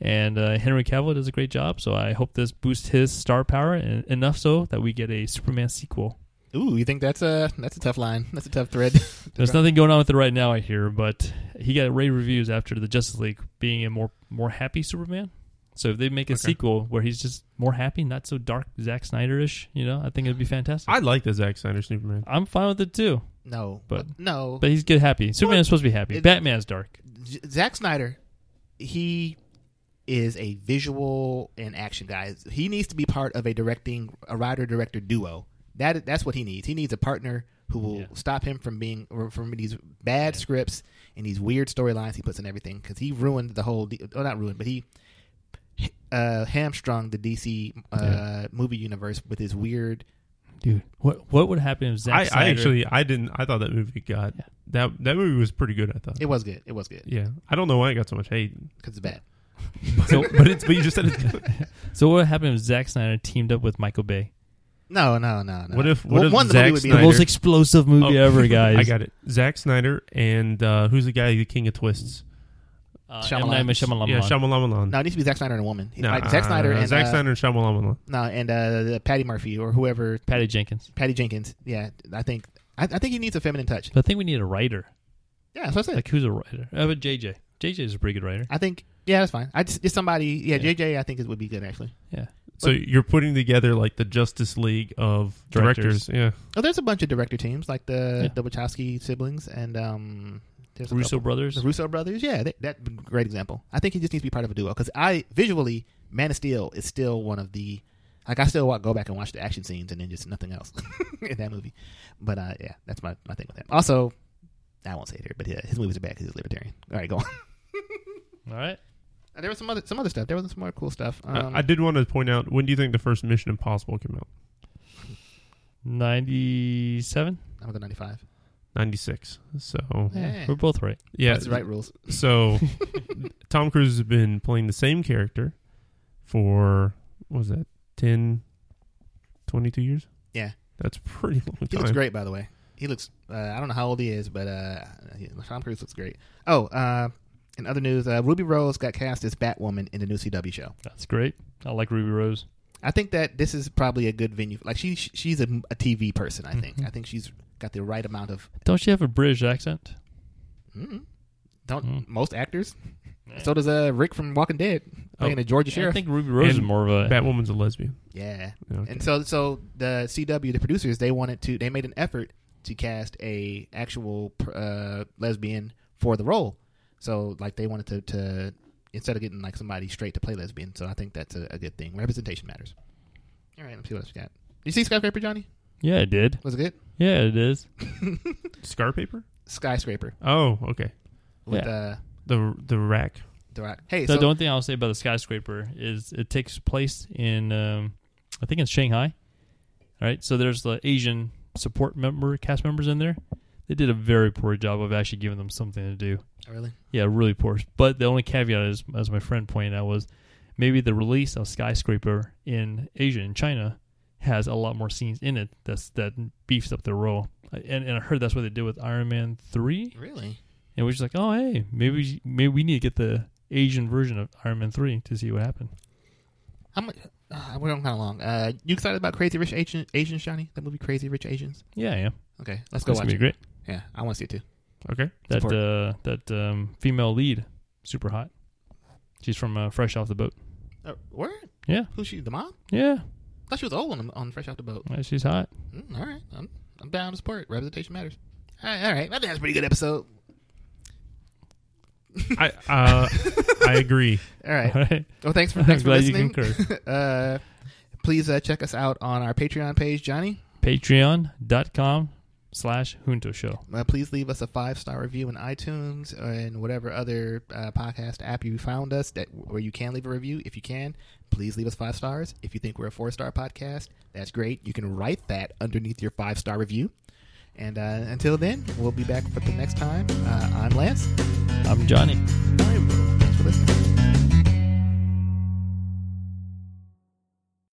Speaker 2: And uh, Henry Cavill does a great job, so I hope this boosts his star power and enough so that we get a Superman sequel.
Speaker 1: Ooh, you think that's a that's a tough line? That's a tough thread.
Speaker 2: There's nothing going on with it right now, I hear, but he got rave reviews after the Justice League being a more more happy Superman. So if they make a
Speaker 3: Okay.
Speaker 2: sequel where he's just more happy, not so dark Zack Snyder ish, you know, I think it'd be fantastic.
Speaker 3: I like the Zack Snyder Superman.
Speaker 2: I, am fine with it too,
Speaker 1: No,
Speaker 2: But-
Speaker 1: no,
Speaker 2: but he's good happy. Superman is supposed to be happy.
Speaker 1: It-
Speaker 2: Batman's dark.
Speaker 1: Z- Zack Snyder, he is a visual and action guy. He needs to be part of a directing a writer director duo. That that's what he needs. He needs a partner who will
Speaker 2: Yeah.
Speaker 1: stop him from being or from these bad scripts and these weird storylines he puts in everything because he ruined the whole. De- well, not ruined, but he uh, hamstrung the DC uh,
Speaker 2: Yeah.
Speaker 1: movie universe with his weird.
Speaker 2: dude. What what would happen if Zack
Speaker 3: I, I
Speaker 2: Snyder-
Speaker 3: actually I didn't I thought that movie got
Speaker 2: Yeah.
Speaker 3: that that movie was pretty good I thought
Speaker 1: It was good. It was good
Speaker 3: yeah I don't know why it got so much hate
Speaker 1: because it's bad.
Speaker 2: So-
Speaker 3: but it's but you just said it's good.
Speaker 2: So what would happen if Zack Snyder teamed up with Michael Bay?
Speaker 1: No, no, no, no.
Speaker 3: What if- what
Speaker 1: Well,
Speaker 3: if
Speaker 1: one the
Speaker 3: Zack
Speaker 1: movie would be
Speaker 2: The
Speaker 3: Snyder-
Speaker 1: like,
Speaker 2: most explosive movie
Speaker 3: Oh.
Speaker 2: ever, guys.
Speaker 3: I got it Zack Snyder and uh, who's the guy the king of twists
Speaker 2: Uh,
Speaker 1: Shyamalan.
Speaker 2: M. Night Shyamalan.
Speaker 3: yeah Shyamalan
Speaker 1: no, it needs to be Zack Snyder and a woman. like Zack Snyder and
Speaker 3: Zack
Speaker 1: uh,
Speaker 3: Snyder and Shyamalan
Speaker 1: No, and uh, Patty Murphy or whoever.
Speaker 2: Patty Jenkins.
Speaker 1: Patty Jenkins. Yeah, I think I, I think he needs a feminine touch.
Speaker 2: But I think we need a writer.
Speaker 1: Yeah, so I said.
Speaker 2: Like who's a writer? Uh, but JJ. JJ is a pretty good writer.
Speaker 1: I think yeah, that's fine. I just, just somebody. Yeah,
Speaker 2: Yeah.
Speaker 1: JJ. I think it would be good actually.
Speaker 2: Yeah.
Speaker 3: so you're putting together like the Justice League of
Speaker 2: Directors.
Speaker 3: directors, yeah
Speaker 1: Oh, there's a bunch of director teams like the
Speaker 2: Yeah.
Speaker 1: the Wachowski siblings and um. There's a
Speaker 2: Russo
Speaker 1: couple-
Speaker 2: brothers.
Speaker 1: The Russo brothers. Yeah, that, that great example. I think he just needs to be part of a duo because I visually Man of Steel is still one of the. Like I still wa- go back and watch the action scenes and then just nothing else in that movie, but uh, yeah, that's my, my thing with him. Also, I won't say it here, but yeah, his movies are bad because he's libertarian. All right, go on.
Speaker 2: All right.
Speaker 1: And There was some other some other stuff. There was some more cool stuff.
Speaker 3: I-
Speaker 1: Um,
Speaker 3: Uh, I, did want to point out when do you think the first Mission Impossible came out
Speaker 2: Ninety seven?
Speaker 1: I'm going ninety five.
Speaker 3: ninety six so
Speaker 1: Yeah.
Speaker 2: We're both right.
Speaker 3: yeah
Speaker 1: That's the right rules.
Speaker 3: so Tom Cruise has been playing the same character for what was that 10 22 years?
Speaker 1: Yeah.
Speaker 3: That's pretty long time.
Speaker 1: He looks great, by the way. He looks. Uh, I don't know how old he is, but uh, he- Tom Cruise looks great. Oh, uh, in other news, uh, Ruby Rose got cast as Batwoman in the new CW show.
Speaker 2: That's great. I like Ruby Rose.
Speaker 1: I think that this is probably a good venue. Like she, she's a, a TV person. I think. I think she's got the right amount of.
Speaker 2: Don't she have a British accent?
Speaker 1: Mm, don't
Speaker 2: Mm.
Speaker 1: most actors? So does uh, Rick from Walking Dead playing
Speaker 3: Oh.
Speaker 1: a Georgia sheriff.
Speaker 2: I think Ruby Rose is
Speaker 3: And
Speaker 2: more of a
Speaker 3: Batwoman's a lesbian.
Speaker 1: Yeah.
Speaker 3: Okay.
Speaker 1: And so so the CW the producers they wanted to they made an effort to cast a actual uh, lesbian for the role. So like they wanted to, to instead of getting like somebody straight to play lesbian. So I think that's a, a good thing. Representation matters. All right, let's see what else we got. You see skyscraper Johnny?
Speaker 2: Yeah, it did.
Speaker 1: Was it good?
Speaker 2: Yeah, it is.
Speaker 3: Scar paper?
Speaker 1: Skyscraper
Speaker 3: Oh, okay.
Speaker 1: with
Speaker 2: Yeah.
Speaker 1: uh
Speaker 3: The the rack.
Speaker 1: the rock. Hey,
Speaker 2: So,
Speaker 1: so,
Speaker 2: the only thing I'll say about the skyscraper is it takes place in, um, I think it's Shanghai. All right, so there's the Asian support member cast members in there. They did a very poor job of actually giving them something to do.
Speaker 1: Oh, really?
Speaker 2: Yeah, really poor. But the only caveat is, as my friend pointed out, was maybe the release of skyscraper in Asia in China has a lot more scenes in it that's that beefs up the role. And, and I heard that's what they did with Iron Man three.
Speaker 1: Really?
Speaker 2: And we're just like, oh hey, maybe maybe we need to get the Asian version of Iron Man three to see what happened.
Speaker 1: How much? Uh, we're on kind of long. Uh, you excited about Crazy Rich Asian, Asians, Johnny? That movie, Crazy Rich Asians.
Speaker 2: Yeah, yeah,
Speaker 1: Okay, let's go
Speaker 2: that's gonna
Speaker 1: watch
Speaker 2: be
Speaker 1: it.
Speaker 2: great.
Speaker 1: Yeah, I want to see it too.
Speaker 3: Okay.
Speaker 2: That
Speaker 1: Support.
Speaker 2: uh, that um, female lead, super hot. She's from uh, Fresh Off the Boat.
Speaker 1: Uh, where?
Speaker 2: Yeah,
Speaker 1: Who's she? The mom?
Speaker 2: yeah,
Speaker 1: thought she was old on, on Fresh Off the Boat.
Speaker 2: yeah, she's hot.
Speaker 1: Mm, all right, I'm, I'm down to support. Representation matters. All right, all right. I think that's a pretty good episode.
Speaker 3: I uh I agree.
Speaker 1: All right.
Speaker 2: All right.
Speaker 1: Well, thanks for
Speaker 2: I'm
Speaker 1: thanks for
Speaker 2: glad you
Speaker 1: listening. uh, please uh, check us out on our Patreon page, Johnny.
Speaker 2: Patreon.com slash Junto Show.
Speaker 1: Uh, please leave us a five star review in iTunes or in whatever other uh, podcast app you found us that where you can leave a review. If you can, please leave us five stars. If you think we're a four star podcast, that's great. You can write that underneath your five star review. And uh, until then, we'll be back for the next time. Uh, I'm Lance.
Speaker 2: I'm Johnny.
Speaker 1: Thanks for listening.